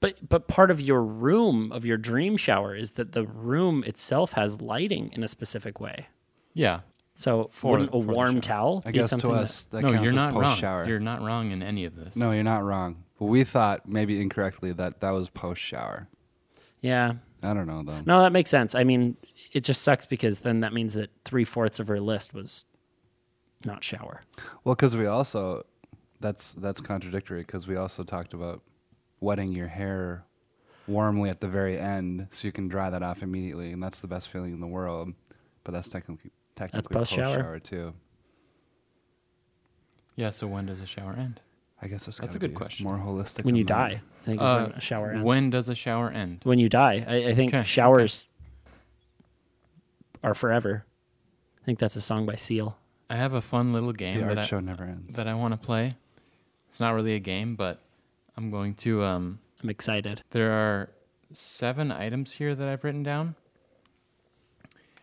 [SPEAKER 1] But but part of your room of your dream shower is that the room itself has lighting in a specific way.
[SPEAKER 3] Yeah.
[SPEAKER 1] So
[SPEAKER 3] For-
[SPEAKER 1] wouldn't a
[SPEAKER 3] for the
[SPEAKER 1] warm
[SPEAKER 3] shower.
[SPEAKER 1] towel
[SPEAKER 2] I
[SPEAKER 1] be
[SPEAKER 2] guess
[SPEAKER 1] something
[SPEAKER 2] to
[SPEAKER 1] that-
[SPEAKER 2] us that,
[SPEAKER 3] no,
[SPEAKER 2] counts
[SPEAKER 3] you're
[SPEAKER 2] as
[SPEAKER 3] not wrong.
[SPEAKER 2] post shower.
[SPEAKER 3] You're not wrong in any of this.
[SPEAKER 2] No, you're not wrong. But we thought maybe incorrectly that that was post shower.
[SPEAKER 1] yeah.
[SPEAKER 2] I don't know though.
[SPEAKER 1] No, that makes sense. I mean, it just sucks because then that means that three fourths of her list was not shower.
[SPEAKER 2] Well, because we also that's that's contradictory because we also talked about wetting your hair warmly at the very end so you can dry that off immediately, and that's the best feeling in the world. But that's technically technically
[SPEAKER 1] post shower.
[SPEAKER 2] too.
[SPEAKER 3] Yeah. So when does a shower end?
[SPEAKER 2] I guess it's
[SPEAKER 3] That's a
[SPEAKER 2] gotta
[SPEAKER 3] good
[SPEAKER 2] be
[SPEAKER 3] question.
[SPEAKER 2] More holistic
[SPEAKER 1] When you
[SPEAKER 2] than that.
[SPEAKER 1] die, I think is
[SPEAKER 3] Uh,
[SPEAKER 1] when a shower ends.
[SPEAKER 3] When does a shower end?
[SPEAKER 1] when you die, I, I think
[SPEAKER 3] Okay, okay.
[SPEAKER 1] showers are forever. I think that's a song by Seal.
[SPEAKER 3] I have a fun little game
[SPEAKER 2] the art
[SPEAKER 3] that I,
[SPEAKER 2] show never ends.
[SPEAKER 3] that I want to play. It's not really a game, but I'm going to. Um,
[SPEAKER 1] I'm excited.
[SPEAKER 3] there are seven items here that I've written down,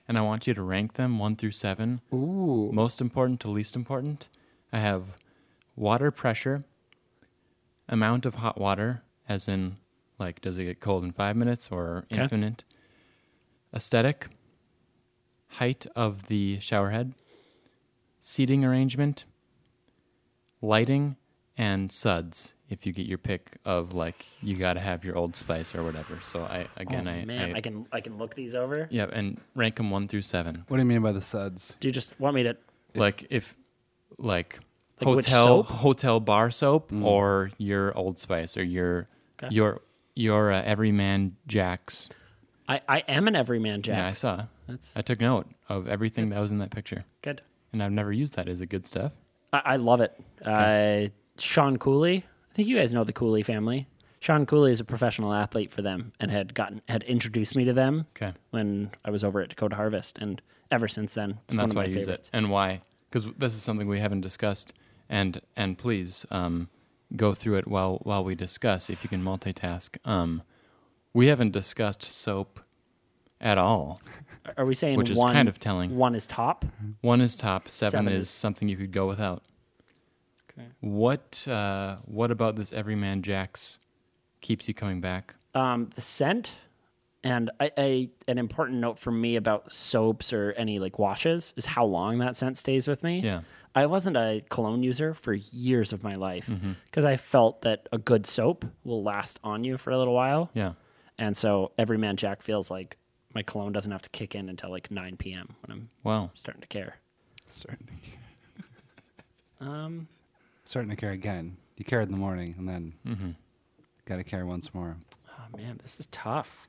[SPEAKER 3] and I want you to rank them one through seven,
[SPEAKER 1] Ooh.
[SPEAKER 3] most important to least important. I have water pressure, amount of hot water, as in, like, does it get cold in five minutes or
[SPEAKER 1] Okay.
[SPEAKER 3] infinite? Aesthetic, height of the shower head, seating arrangement, lighting, and suds. If you get your pick of like, you gotta have your Old Spice or whatever. So I again, I,
[SPEAKER 1] Oh, man, I,
[SPEAKER 3] I
[SPEAKER 1] can I can look these over.
[SPEAKER 3] yeah, and rank them one through seven.
[SPEAKER 2] What do you mean by the suds?
[SPEAKER 1] Do you just want me to?
[SPEAKER 3] like if like,
[SPEAKER 1] Like which
[SPEAKER 3] hotel
[SPEAKER 1] soap? Mm.
[SPEAKER 3] hotel bar soap or your Old Spice or your
[SPEAKER 1] Okay.
[SPEAKER 3] your your uh, Everyman Jack's.
[SPEAKER 1] I, I am an everyman, Jack.
[SPEAKER 3] Yeah, I saw.
[SPEAKER 1] That's
[SPEAKER 3] I took note of everything that was in that picture,
[SPEAKER 1] good.
[SPEAKER 3] and I've never used that. Is it good stuff?
[SPEAKER 1] I, I love it. Uh, Sean Cooley. I think you guys know the Cooley family. Sean Cooley is a professional athlete for them and had gotten had introduced me to them
[SPEAKER 3] Okay,
[SPEAKER 1] when I was over at Dakota Harvest, and ever since then, it's one
[SPEAKER 3] and that's
[SPEAKER 1] of
[SPEAKER 3] why I
[SPEAKER 1] my
[SPEAKER 3] use
[SPEAKER 1] favorites.
[SPEAKER 3] it. And why? Because this is something we haven't discussed, and and please um, go through it while while we discuss if you can multitask. Um, we haven't discussed soap at all.
[SPEAKER 1] Are we saying
[SPEAKER 3] Which is
[SPEAKER 1] one,
[SPEAKER 3] kind of telling.
[SPEAKER 1] One is top.
[SPEAKER 3] One is top, seven,
[SPEAKER 1] Seven
[SPEAKER 3] is,
[SPEAKER 1] is-
[SPEAKER 3] something you could go without.
[SPEAKER 1] Okay.
[SPEAKER 3] What uh, what about this Everyman Jax keeps you coming back?
[SPEAKER 1] um, the scent and I, I an important note for me about soaps or any like washes is how long that scent stays with me
[SPEAKER 3] Yeah.
[SPEAKER 1] i wasn't a cologne user for years of my life because i felt that a good soap will last on you for a little while
[SPEAKER 3] Yeah.
[SPEAKER 1] and so every man jack feels like my cologne doesn't have to kick in until like 9 p.m when i'm
[SPEAKER 3] Wow.
[SPEAKER 1] starting to care
[SPEAKER 2] Starting to care.
[SPEAKER 1] <laughs>
[SPEAKER 2] um, starting to care again. You care in the morning, and then
[SPEAKER 3] Mm-hmm.
[SPEAKER 2] got to care once more.
[SPEAKER 1] oh man this is tough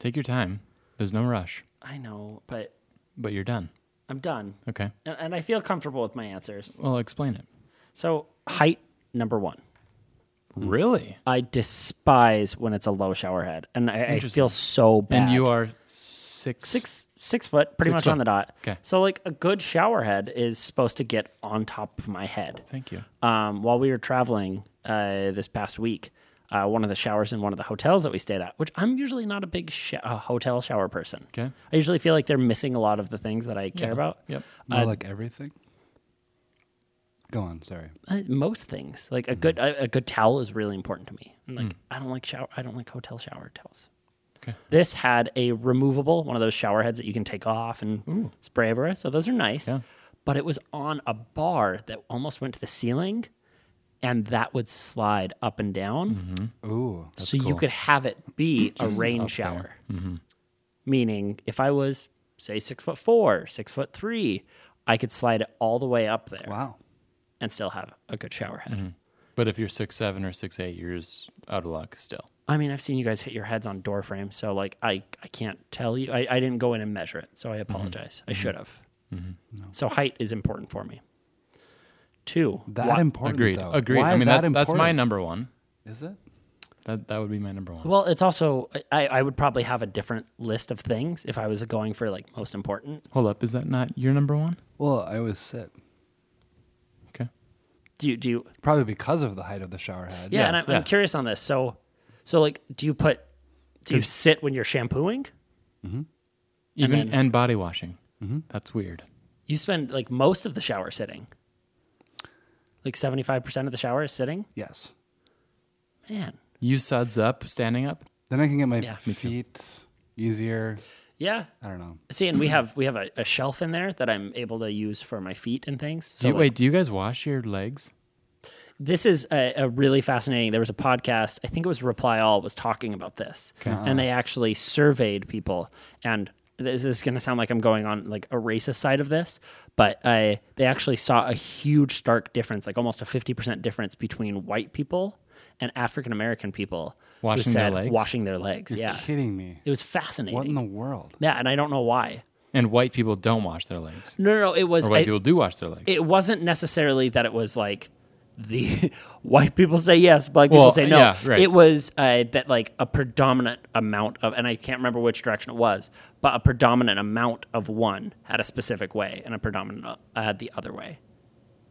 [SPEAKER 3] Take your time. There's no rush,
[SPEAKER 1] i know but
[SPEAKER 3] but you're done.
[SPEAKER 1] i'm done
[SPEAKER 3] Okay.
[SPEAKER 1] and, and i feel comfortable with my answers
[SPEAKER 3] Well, explain it.
[SPEAKER 1] so height number one
[SPEAKER 3] Really?
[SPEAKER 1] I despise when it's a low shower head, and I, I feel
[SPEAKER 3] Interesting.
[SPEAKER 1] so bad.
[SPEAKER 3] And you are six.
[SPEAKER 1] six six foot, pretty much
[SPEAKER 3] Six
[SPEAKER 1] on
[SPEAKER 3] foot.
[SPEAKER 1] the dot.
[SPEAKER 3] Okay.
[SPEAKER 1] So like a good shower head is supposed to get on top of my head.
[SPEAKER 3] Thank you.
[SPEAKER 1] Um, while we were traveling uh, this past week, uh, one of the showers in one of the hotels that we stayed at, which I'm usually not a big sh- uh, hotel shower person.
[SPEAKER 3] Okay.
[SPEAKER 1] I usually feel like they're missing a lot of the things that I care
[SPEAKER 3] Yeah.
[SPEAKER 1] about.
[SPEAKER 3] Yep.
[SPEAKER 2] More like everything. Go on. Sorry.
[SPEAKER 1] Uh, most things, like
[SPEAKER 2] Mm-hmm.
[SPEAKER 1] a good a, a good towel, is really important to me. And like I don't like shower, I don't like hotel shower towels.
[SPEAKER 3] Okay.
[SPEAKER 1] This had a removable one of those shower heads that you can take off and spray everywhere. So those are nice.
[SPEAKER 3] Yeah.
[SPEAKER 1] But it was on a bar that almost went to the ceiling and that would slide up and down.
[SPEAKER 2] Ooh. Mm-hmm, that's
[SPEAKER 1] so you
[SPEAKER 2] cool.
[SPEAKER 1] could have it be
[SPEAKER 2] <clears throat>
[SPEAKER 1] a rain shower.
[SPEAKER 2] Mm-hmm.
[SPEAKER 1] Meaning if I was say six foot four, six foot three, I could slide it all the way up there
[SPEAKER 2] Wow.
[SPEAKER 1] and still have a good shower head.
[SPEAKER 3] But if you're six seven or six eight, you're just out of luck still.
[SPEAKER 1] I mean, I've seen you guys hit your heads on door frames, so like I, I can't tell you. I, I didn't go in and measure it, so I apologize. I should have. So height is important for me. Two.
[SPEAKER 2] That
[SPEAKER 1] wa-
[SPEAKER 2] important.
[SPEAKER 3] Agreed.
[SPEAKER 2] Though.
[SPEAKER 3] Agreed.
[SPEAKER 2] Why
[SPEAKER 3] I mean
[SPEAKER 2] that
[SPEAKER 3] that's that's my
[SPEAKER 2] important?
[SPEAKER 3] number one.
[SPEAKER 2] Is it?
[SPEAKER 3] That that would be my number one.
[SPEAKER 1] well, it's also I, I would probably have a different list of things if I was going for like most important.
[SPEAKER 3] Hold up, is that not your number one?
[SPEAKER 2] Well, I was sit.
[SPEAKER 3] Okay.
[SPEAKER 1] Do you do you
[SPEAKER 2] Probably because of the height of the shower head.
[SPEAKER 1] Yeah,
[SPEAKER 3] Yeah,
[SPEAKER 1] and I'm,
[SPEAKER 3] yeah.
[SPEAKER 1] I'm curious on this. So so like do you put do you sit when you're shampooing?
[SPEAKER 3] Even and,
[SPEAKER 1] then-
[SPEAKER 3] body washing.
[SPEAKER 2] Mm-hmm.
[SPEAKER 3] That's weird.
[SPEAKER 1] You spend like most of the shower sitting. Like seventy five percent of the shower is sitting?
[SPEAKER 2] Yes.
[SPEAKER 1] Man.
[SPEAKER 3] You suds up, standing up.
[SPEAKER 2] Then I can get my
[SPEAKER 1] Yeah. Me
[SPEAKER 2] feet easier.
[SPEAKER 1] Yeah.
[SPEAKER 2] I don't know.
[SPEAKER 1] See, and we
[SPEAKER 3] Mm-hmm.
[SPEAKER 1] have we have a, a shelf in there that I'm able to use for my feet and things. So
[SPEAKER 3] Do you,
[SPEAKER 1] like,
[SPEAKER 3] wait, do you guys wash your legs?
[SPEAKER 1] this is a, a really fascinating. There was a podcast, I think it was Reply All, was talking about this, and
[SPEAKER 3] Uh-huh.
[SPEAKER 1] they actually surveyed people. And this is going to sound like I'm going on like a racist side of this, but I they actually saw a huge stark difference, like almost a fifty percent difference between white people and African American people who
[SPEAKER 3] Washing their
[SPEAKER 1] said
[SPEAKER 3] legs?
[SPEAKER 1] Washing their legs, yeah.
[SPEAKER 2] Kidding me.
[SPEAKER 1] It was fascinating.
[SPEAKER 2] What in the world?
[SPEAKER 1] yeah, and I don't know why.
[SPEAKER 3] And white people don't wash their legs.
[SPEAKER 1] No, no, no it was
[SPEAKER 3] Or white
[SPEAKER 1] I-
[SPEAKER 3] people do wash their legs.
[SPEAKER 1] it wasn't necessarily that it was like the <laughs> white people say yes, black people
[SPEAKER 3] Well,
[SPEAKER 1] say no.
[SPEAKER 3] yeah, right.
[SPEAKER 1] It was uh, that like a predominant amount of, and I can't remember which direction it was, but a predominant amount of one had a specific way, and a predominant uh, had the other way.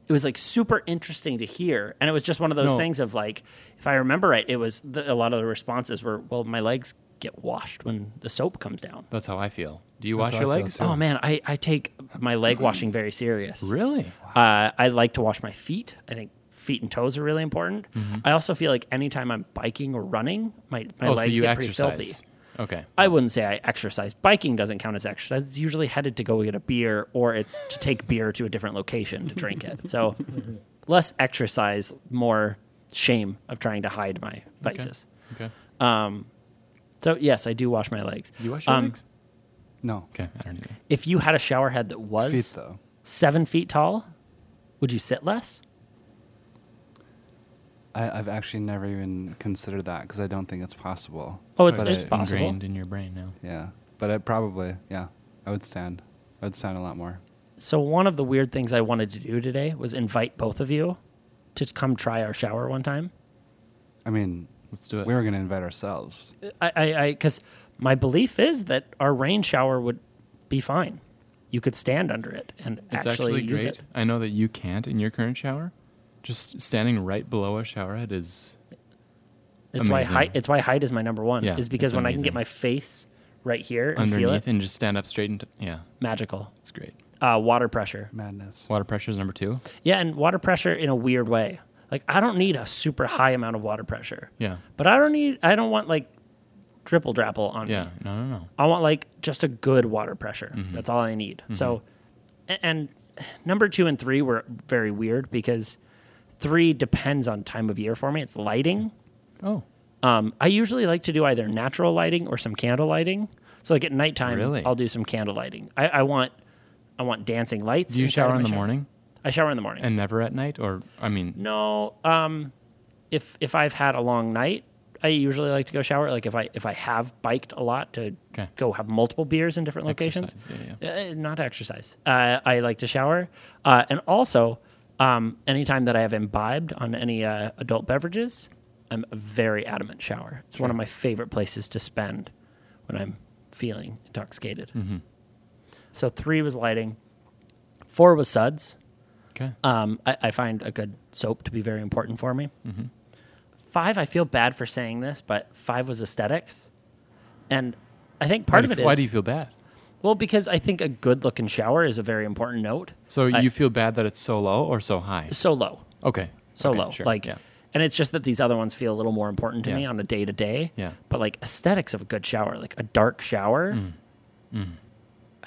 [SPEAKER 1] It was like super interesting to hear, and it was just one of those
[SPEAKER 3] No.
[SPEAKER 1] things of like, if I remember right, it was the, a lot of the responses were, "Well, my legs get washed when the soap comes down."
[SPEAKER 3] That's how I feel. Do you
[SPEAKER 2] That's
[SPEAKER 3] wash
[SPEAKER 2] how
[SPEAKER 3] your
[SPEAKER 2] I feel,
[SPEAKER 3] legs?
[SPEAKER 2] too.
[SPEAKER 1] Oh man, I, I take my
[SPEAKER 3] <clears throat>
[SPEAKER 1] leg washing very serious.
[SPEAKER 3] Really?
[SPEAKER 1] Uh, I like to wash my feet. I think feet and toes are really important. I also feel like anytime I'm biking or running, my, my
[SPEAKER 3] Mm-hmm. oh, so
[SPEAKER 1] legs
[SPEAKER 3] you
[SPEAKER 1] get pretty
[SPEAKER 3] exercise.
[SPEAKER 1] filthy.
[SPEAKER 3] Okay.
[SPEAKER 1] I wouldn't say I exercise. Biking doesn't count as exercise. It's usually headed to go get a beer or it's to take beer to a different location to drink it.
[SPEAKER 3] <laughs>
[SPEAKER 1] So less exercise, more shame of trying to hide my vices. Um,
[SPEAKER 3] Okay.
[SPEAKER 1] So yes, I do wash my legs.
[SPEAKER 3] You wash your
[SPEAKER 1] Um,
[SPEAKER 3] legs?
[SPEAKER 2] No.
[SPEAKER 3] Okay. I don't either.
[SPEAKER 1] If you had a shower head that was
[SPEAKER 2] Feet though.
[SPEAKER 1] seven feet tall, would you sit less?
[SPEAKER 2] I, I've actually never even considered that because I don't think it's possible.
[SPEAKER 1] Oh, it's,
[SPEAKER 2] But
[SPEAKER 1] it's
[SPEAKER 2] I-
[SPEAKER 1] possible.
[SPEAKER 3] Ingrained in your brain now.
[SPEAKER 2] Yeah, but I probably yeah. I would stand. I would stand a lot more.
[SPEAKER 1] So one of the weird things I wanted to do today was invite both of you to come try our shower one time.
[SPEAKER 2] I mean,
[SPEAKER 3] Let's do it.
[SPEAKER 2] we were gonna invite ourselves.
[SPEAKER 1] I, I, because my belief is that our rain shower would be fine. you could stand under it and
[SPEAKER 3] It's
[SPEAKER 1] actually,
[SPEAKER 3] actually,
[SPEAKER 1] use
[SPEAKER 3] great.
[SPEAKER 1] it.
[SPEAKER 3] I know that you can't in your current shower. Just standing right below a shower head is
[SPEAKER 1] It's
[SPEAKER 3] Amazing.
[SPEAKER 1] why height. It's why height is my number one.
[SPEAKER 3] Yeah,
[SPEAKER 1] is because
[SPEAKER 3] it's
[SPEAKER 1] when I can get
[SPEAKER 3] amazing.
[SPEAKER 1] my face right here and feel
[SPEAKER 3] underneath
[SPEAKER 1] it,
[SPEAKER 3] and just stand up straight and t- yeah,
[SPEAKER 1] magical.
[SPEAKER 3] it's great.
[SPEAKER 1] Uh, water pressure.
[SPEAKER 2] Madness.
[SPEAKER 3] Water pressure is number two.
[SPEAKER 1] Yeah, and water pressure in a weird way. Like I don't need a super high amount of water pressure.
[SPEAKER 3] Yeah,
[SPEAKER 1] But I don't need. I don't want like dripple drapple on me.
[SPEAKER 3] yeah. No, no, no.
[SPEAKER 1] I want like just a good water pressure.
[SPEAKER 3] Mm-hmm.
[SPEAKER 1] That's all I need. So, a- and number two and three were very weird because three depends on time of year for me. It's lighting.
[SPEAKER 3] Oh,
[SPEAKER 1] Um, I usually like to do either natural lighting or some candle lighting. So like at nighttime,
[SPEAKER 3] Really?
[SPEAKER 1] I'll do some candle lighting. I, I want, I want dancing lights.
[SPEAKER 3] do you
[SPEAKER 1] inside of
[SPEAKER 3] shower
[SPEAKER 1] my
[SPEAKER 3] in the morning
[SPEAKER 1] I shower in the morning.
[SPEAKER 3] and never at night, or I mean,
[SPEAKER 1] no, um, if if I've had a long night, I usually like to go shower. Like if I if I have biked a lot to
[SPEAKER 3] 'Kay.
[SPEAKER 1] go have multiple beers in different locations,
[SPEAKER 3] exercise. Yeah, yeah.
[SPEAKER 1] uh, not exercise. Uh, I like to shower, uh, and also um, anytime that I have imbibed on any uh, adult beverages, I'm a very adamant shower. It's one of my favorite places to spend when I'm feeling intoxicated.
[SPEAKER 3] Mm-hmm.
[SPEAKER 1] So three was lighting, four was suds.
[SPEAKER 3] Okay.
[SPEAKER 1] Um, I, I find a good soap to be very important for me.
[SPEAKER 3] Mm-hmm.
[SPEAKER 1] Five, I feel bad for saying this, but five was aesthetics, and I think part of
[SPEAKER 3] why do,
[SPEAKER 1] it is
[SPEAKER 3] you- why do you feel bad?
[SPEAKER 1] well, because I think a good looking shower is a very important note.
[SPEAKER 3] So
[SPEAKER 1] I-
[SPEAKER 3] you feel bad that it's so low or so high?
[SPEAKER 1] So low,
[SPEAKER 3] Okay.
[SPEAKER 1] so
[SPEAKER 3] okay,
[SPEAKER 1] low.
[SPEAKER 3] sure,
[SPEAKER 1] Like,
[SPEAKER 3] yeah.
[SPEAKER 1] and it's just that these other ones feel a little more important to
[SPEAKER 3] Yeah.
[SPEAKER 1] me on a day to day.
[SPEAKER 3] Yeah. Mm.
[SPEAKER 1] But like aesthetics of a good shower, like a dark shower,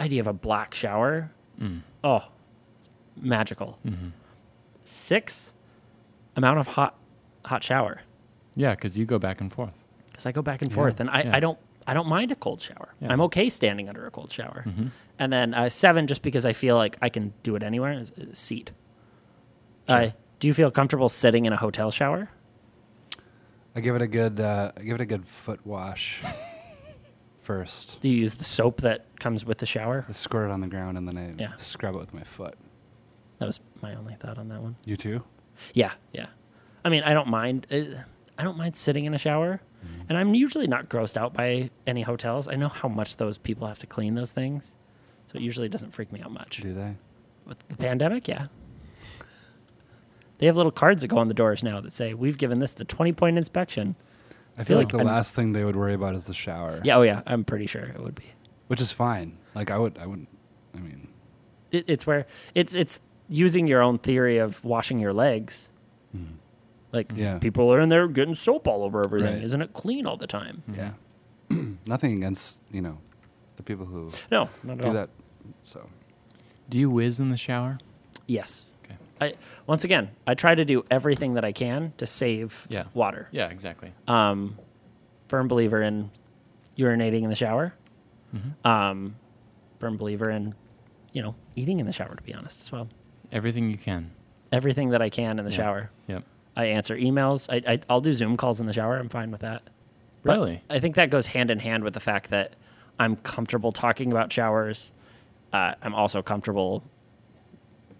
[SPEAKER 1] idea of a black shower,
[SPEAKER 3] Mm.
[SPEAKER 1] oh, magical.
[SPEAKER 3] Mm-hmm.
[SPEAKER 1] Six, amount of hot, hot shower.
[SPEAKER 3] Yeah, because you go back and forth.
[SPEAKER 1] because I go back and forth, and I,
[SPEAKER 3] yeah.
[SPEAKER 1] I don't I don't mind a cold shower.
[SPEAKER 3] Yeah. Mm-hmm.
[SPEAKER 1] I'm okay standing under a cold shower. And then uh, seven, just because I feel like I can do it anywhere, is is seat. Uh, do you feel comfortable sitting in a hotel shower?
[SPEAKER 2] I give it a good. Uh, I give it a good foot wash. <laughs> First,
[SPEAKER 1] Do you use the soap that comes with the shower?
[SPEAKER 2] I squirt it on the ground and then I
[SPEAKER 1] Yeah.
[SPEAKER 2] scrub it with my foot.
[SPEAKER 1] That was my only thought on that one.
[SPEAKER 2] You too.
[SPEAKER 1] Yeah, yeah. I mean, I don't mind. Uh, I don't mind sitting in a shower,
[SPEAKER 3] Mm-hmm.
[SPEAKER 1] and I'm usually not grossed out by any hotels. I know how much those people have to clean those things, so it usually doesn't freak me out much.
[SPEAKER 2] Do they?
[SPEAKER 1] With the pandemic, yeah. They have little cards that go on the doors now that say, "We've given this the twenty-point inspection."
[SPEAKER 2] I feel like
[SPEAKER 1] like
[SPEAKER 2] the
[SPEAKER 1] I'm-
[SPEAKER 2] last thing they would worry about is the shower.
[SPEAKER 1] Yeah, oh yeah, I'm pretty sure it would be.
[SPEAKER 2] Which is fine. Like I would. I wouldn't. I mean,
[SPEAKER 1] It, it's where it's it's using your own theory of washing your legs. Like
[SPEAKER 2] Hmm. Yeah.
[SPEAKER 1] people are in there getting soap all over everything.
[SPEAKER 2] Right.
[SPEAKER 1] Isn't it clean all the time?
[SPEAKER 2] yeah. <clears throat> Nothing against you know, the people who
[SPEAKER 1] No, not at
[SPEAKER 2] do
[SPEAKER 1] all.
[SPEAKER 2] that. So
[SPEAKER 3] Do you whiz in the shower?
[SPEAKER 1] Yes.
[SPEAKER 3] Okay.
[SPEAKER 1] I once again, I try to do everything that I can to save
[SPEAKER 3] Yeah.
[SPEAKER 1] water.
[SPEAKER 3] Yeah, exactly.
[SPEAKER 1] um, firm believer in urinating in the shower. Um, firm believer in, you know, eating in the shower. To be honest, as well,
[SPEAKER 3] Everything you can.
[SPEAKER 1] everything that I can in the
[SPEAKER 3] Yeah.
[SPEAKER 1] shower.
[SPEAKER 3] Yep.
[SPEAKER 1] I answer emails. I, I I'll do Zoom calls in the shower. I'm fine with that. But
[SPEAKER 3] Really?
[SPEAKER 1] I think that goes hand in hand with the fact that I'm comfortable talking about showers. Uh, I'm also comfortable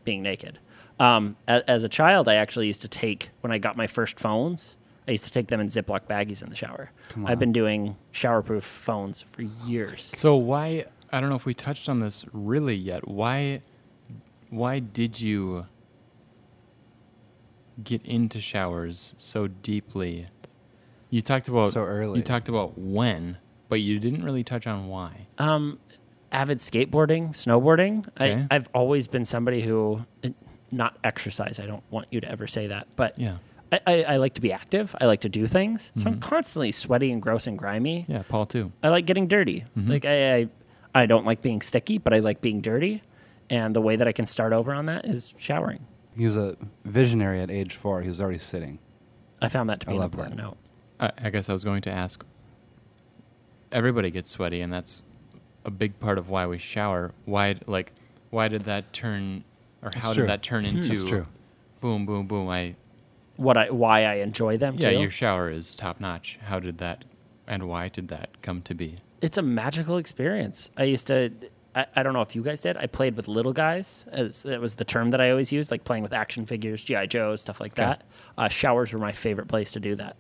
[SPEAKER 1] being naked. Um, as, as a child, I actually used to take when I got my first phones. I used to take them in Ziploc baggies in the shower.
[SPEAKER 2] Come on.
[SPEAKER 1] I've been doing shower-proof phones for years.
[SPEAKER 3] So why I don't know if we touched on this really yet. Why why did you get into showers so deeply? You talked about
[SPEAKER 2] So early.
[SPEAKER 3] You talked about when, but you didn't really touch on why.
[SPEAKER 1] avid skateboarding, snowboarding.
[SPEAKER 3] Okay.
[SPEAKER 1] I, I've always been somebody who, eh, not exercise. I don't want you to ever say that, but
[SPEAKER 3] Yeah.
[SPEAKER 1] I, I, I like to be active. I like to do things. So
[SPEAKER 2] Mm-hmm.
[SPEAKER 1] I'm constantly sweaty and gross and grimy.
[SPEAKER 3] Yeah, Paul too.
[SPEAKER 1] I like getting dirty.
[SPEAKER 2] Mm-hmm.
[SPEAKER 1] Like I, I, I don't like being sticky, but I like being dirty. And the way that I can start over on that is showering.
[SPEAKER 2] he was a visionary at age four. He was already sitting.
[SPEAKER 1] I found that to
[SPEAKER 2] I
[SPEAKER 1] be an
[SPEAKER 2] love that.
[SPEAKER 1] important note.
[SPEAKER 3] I, I guess I was going to ask. Everybody gets sweaty, and that's a big part of why we shower. Why, like, why did that turn, or how
[SPEAKER 2] true.
[SPEAKER 3] did that turn into?
[SPEAKER 2] That's true.
[SPEAKER 3] Boom, boom, boom. I
[SPEAKER 1] What I, why I enjoy them
[SPEAKER 3] yeah,
[SPEAKER 1] too.
[SPEAKER 3] your shower is top notch. How did that, and why did that come to be?
[SPEAKER 1] it's a magical experience. I used to, I, I don't know if you guys did. I played with little guys. As, that was the term that I always used, like playing with action figures, GI Joes, stuff like that. Uh, showers were my favorite place to do that.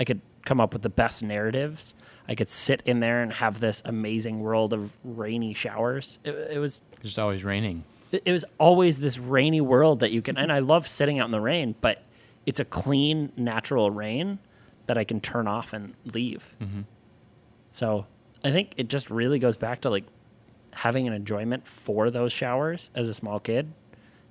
[SPEAKER 1] I could come up with the best narratives. I could sit in there and have this amazing world of rainy showers. It, it was
[SPEAKER 3] just always raining.
[SPEAKER 1] it it was always this rainy world that you can and i love sitting out in the rain but it's a clean natural rain that i can turn off and leave so i think it just really goes back to like having an enjoyment for those showers as a small kid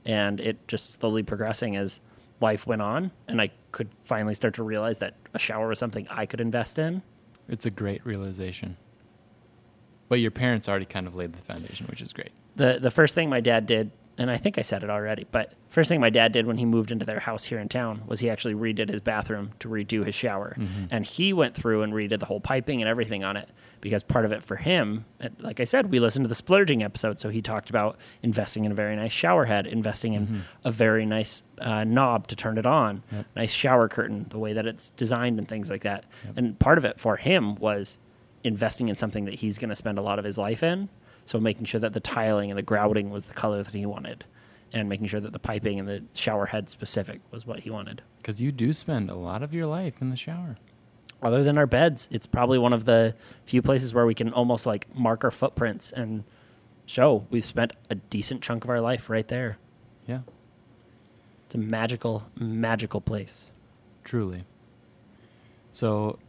[SPEAKER 1] and it just slowly progressing as life went on and i could finally start to realize that a shower was something i could invest in
[SPEAKER 3] It's a great realization. But your parents already kind of laid the foundation, which is great.
[SPEAKER 1] the the first thing my dad did, and I think I said it already, but first thing my dad did when he moved into their house here in town was he actually redid his bathroom to redo his shower, and he went through and redid the whole piping and everything on it because part of it for him, and like I said, we listened to the splurging episode, so he talked about investing in a very nice shower head, investing in a very nice uh, knob to turn it on, nice shower curtain, the way that it's designed and things like that, and part of it for him was investing in something that he's going to spend a lot of his life in. So making sure that the tiling and the grouting was the color that he wanted, and making sure that the piping and the shower head specific was what he wanted.
[SPEAKER 3] Because you do spend a lot of your life in the shower.
[SPEAKER 1] Other than our beds, it's probably one of the few places where we can almost like mark our footprints and show we've spent a decent chunk of our life right there.
[SPEAKER 3] Yeah,
[SPEAKER 1] It's a magical, magical place.
[SPEAKER 3] truly. So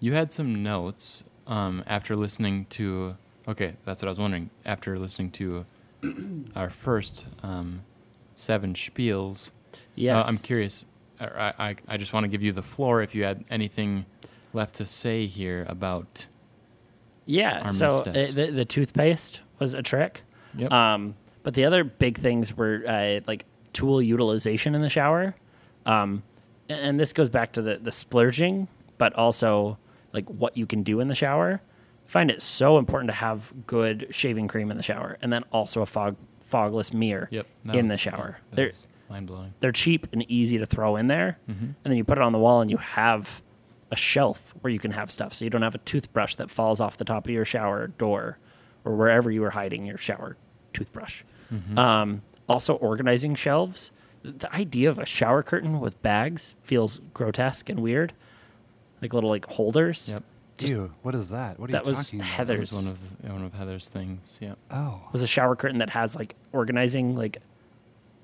[SPEAKER 3] you had some notes um, after listening to. Okay, that's what I was wondering. After listening to <clears throat> our first um, seven spiels,
[SPEAKER 1] Yes,
[SPEAKER 3] Uh, I'm curious. I, I, I just want to give you the floor if you had anything left to say here about.
[SPEAKER 1] yeah.
[SPEAKER 3] our
[SPEAKER 1] So uh,
[SPEAKER 3] missteps.
[SPEAKER 1] the, the toothpaste was a trick.
[SPEAKER 3] Yep.
[SPEAKER 1] Um, but the other big things were uh, like tool utilization in the shower, um, a- and this goes back to the the splurging, but also like what you can do in the shower. I find it so important to have good shaving cream in the shower, and then also a fog fogless mirror
[SPEAKER 3] yep. that
[SPEAKER 1] in
[SPEAKER 3] was-
[SPEAKER 1] the shower.
[SPEAKER 3] that
[SPEAKER 1] There-
[SPEAKER 3] was mind blowing.
[SPEAKER 1] they're cheap and easy to throw in there.
[SPEAKER 2] Mm-hmm.
[SPEAKER 1] And then you put it on the wall and you have a shelf where you can have stuff. So you don't have a toothbrush that falls off the top of your shower door or wherever you are hiding your shower toothbrush.
[SPEAKER 2] Mm-hmm.
[SPEAKER 1] Um, also, organizing shelves. Th- The idea of a shower curtain with bags feels grotesque and weird, like little like holders.
[SPEAKER 3] Yep.
[SPEAKER 2] Ew, what is that? What are
[SPEAKER 1] that
[SPEAKER 2] you
[SPEAKER 1] was
[SPEAKER 2] talking about?
[SPEAKER 1] Heather-
[SPEAKER 3] That was
[SPEAKER 1] There's-
[SPEAKER 3] one of the, one of Heather's things. Yep.
[SPEAKER 2] Oh,
[SPEAKER 1] Was a shower curtain that has like organizing like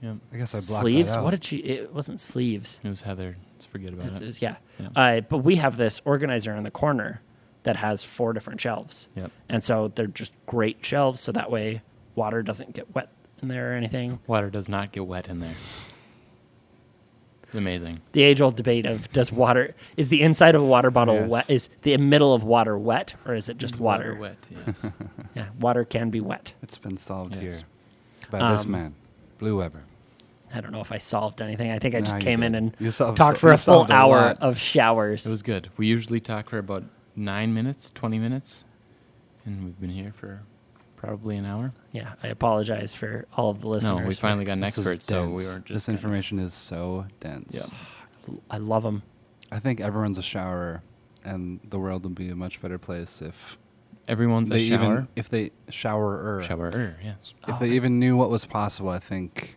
[SPEAKER 3] Yep.
[SPEAKER 2] I guess I blocked that
[SPEAKER 1] sleeves.
[SPEAKER 2] out.
[SPEAKER 1] What did she? It wasn't sleeves.
[SPEAKER 3] It was Heather. Let's forget about
[SPEAKER 2] Uh-huh.
[SPEAKER 1] It's-
[SPEAKER 3] it.
[SPEAKER 1] it's- yeah.
[SPEAKER 3] Yeah.
[SPEAKER 1] Uh, but we have this organizer in the corner that has four different shelves.
[SPEAKER 3] Yep.
[SPEAKER 1] And so they're just great shelves. So that way water doesn't get wet in there or anything.
[SPEAKER 3] Water does not get wet in there. It's amazing.
[SPEAKER 1] The age old debate of does water, is the inside of a water bottle
[SPEAKER 2] Yes.
[SPEAKER 1] wet? Is the middle of water wet or is it just water?
[SPEAKER 3] wet. Yes.
[SPEAKER 1] Yeah. Water can be wet.
[SPEAKER 2] It's been solved
[SPEAKER 3] Yes.
[SPEAKER 2] here by this
[SPEAKER 1] Um,
[SPEAKER 2] man, Blue Weber.
[SPEAKER 1] I don't know if I solved anything. I think I
[SPEAKER 2] No,
[SPEAKER 1] just
[SPEAKER 2] you
[SPEAKER 1] came in
[SPEAKER 2] did.
[SPEAKER 1] and
[SPEAKER 2] You solved-
[SPEAKER 1] talked for
[SPEAKER 2] you
[SPEAKER 1] a full
[SPEAKER 2] solved a
[SPEAKER 1] hour
[SPEAKER 2] lot.
[SPEAKER 1] of showers.
[SPEAKER 3] <laughs> it was good. We usually talk for about nine minutes, twenty minutes, and we've been here for probably an hour.
[SPEAKER 1] yeah. I apologize for all of the listeners.
[SPEAKER 3] no, we finally got an
[SPEAKER 2] This is
[SPEAKER 3] expert, so we
[SPEAKER 2] dense.
[SPEAKER 3] were just
[SPEAKER 2] this
[SPEAKER 3] kind of-
[SPEAKER 2] information is so dense.
[SPEAKER 3] Yeah.
[SPEAKER 1] I love them.
[SPEAKER 2] I think everyone's a shower, and the world would be a much better place if
[SPEAKER 3] Everyone's a
[SPEAKER 2] they
[SPEAKER 3] shower. Oh,
[SPEAKER 2] even if they showerer
[SPEAKER 3] Showerer, yes.
[SPEAKER 2] if they even knew what was possible. I think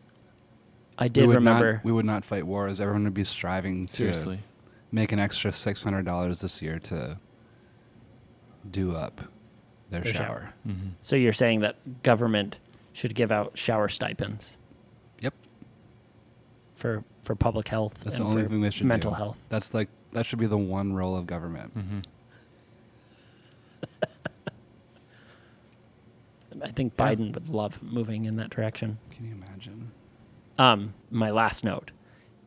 [SPEAKER 1] I
[SPEAKER 2] we
[SPEAKER 1] did
[SPEAKER 2] would
[SPEAKER 1] remember.
[SPEAKER 2] not, we would not fight wars. Everyone would be striving to
[SPEAKER 3] Seriously.
[SPEAKER 2] make an extra six hundred dollars this year to do up their,
[SPEAKER 1] Their shower.
[SPEAKER 2] shower.
[SPEAKER 3] Mm.
[SPEAKER 1] So you're saying that government should give out shower stipends
[SPEAKER 2] Yep,
[SPEAKER 1] for, for public health
[SPEAKER 2] that's
[SPEAKER 1] and
[SPEAKER 2] the only
[SPEAKER 1] for
[SPEAKER 2] thing they should
[SPEAKER 1] mental
[SPEAKER 2] do.
[SPEAKER 1] health.
[SPEAKER 2] That's like that should be the one role of government.
[SPEAKER 3] Mm-hmm.
[SPEAKER 1] I think
[SPEAKER 3] Yeah.
[SPEAKER 1] Biden would love moving in that direction.
[SPEAKER 2] Can you imagine?
[SPEAKER 1] Um, my last note: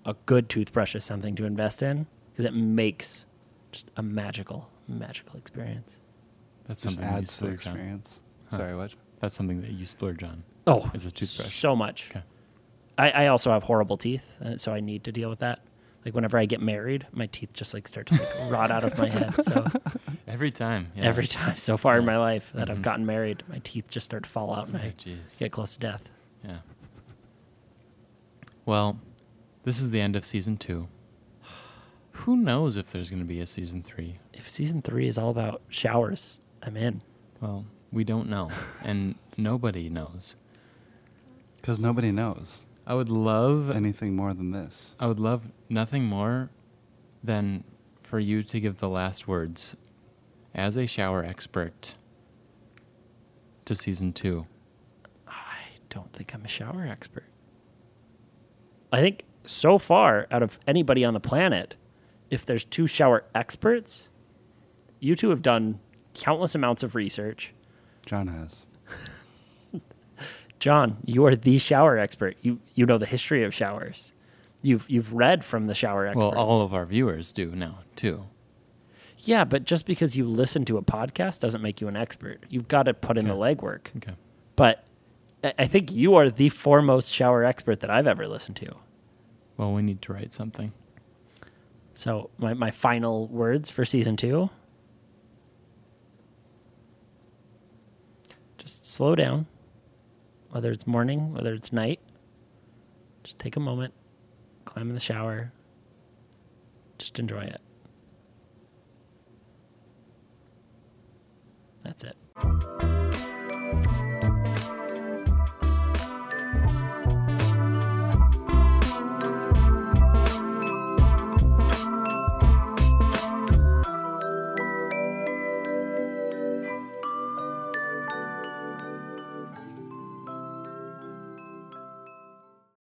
[SPEAKER 1] a good toothbrush is something to invest in because it makes just a magical, magical experience.
[SPEAKER 3] That's
[SPEAKER 2] Just
[SPEAKER 3] something that you
[SPEAKER 2] adds to the
[SPEAKER 3] splurge on.
[SPEAKER 2] experience. Sorry, what?
[SPEAKER 3] That's something that you splurge on.
[SPEAKER 1] Oh,
[SPEAKER 3] Is a toothbrush.
[SPEAKER 1] so much.
[SPEAKER 3] Okay.
[SPEAKER 1] I, I also have horrible teeth, uh, so I need to deal with that. Like whenever I get married, my teeth just like start to like rot out of my head. So
[SPEAKER 2] <laughs>
[SPEAKER 3] Every time. Yeah.
[SPEAKER 1] every <laughs> time so far in
[SPEAKER 3] Yeah. Mm-hmm.
[SPEAKER 1] my life that I've gotten married, my teeth just start to fall out and
[SPEAKER 3] Oh,
[SPEAKER 1] I
[SPEAKER 3] jeez.
[SPEAKER 1] get close to death.
[SPEAKER 3] Yeah. Well, this is the end of season two. Who knows if there's going to be a season three?
[SPEAKER 1] If season three is all about showers, I'm in.
[SPEAKER 3] Well, we don't know, and nobody knows.
[SPEAKER 2] Because nobody knows
[SPEAKER 3] I would love,
[SPEAKER 2] anything more than this.
[SPEAKER 3] I would love nothing more than for you to give the last words as a shower expert to season two.
[SPEAKER 1] Ah, don't think I'm a shower expert. I think so far, out of anybody on the planet, if there's two shower experts, you two have done countless amounts of research.
[SPEAKER 2] John has.
[SPEAKER 1] John, you are the shower expert. You you know the history of showers. You've you've read from the shower experts.
[SPEAKER 3] Well, all of our viewers do now too.
[SPEAKER 1] yeah, but just because you listen to a podcast doesn't make you an expert. You've got to put in the legwork.
[SPEAKER 3] Okay.
[SPEAKER 1] But I I think you are the foremost shower expert that I've ever listened to.
[SPEAKER 3] Well, we need to write something.
[SPEAKER 1] So my, my final words for season two. Just slow down. Whether it's morning, whether it's night. Just take a moment. Climb in the shower. Just enjoy it. That's it.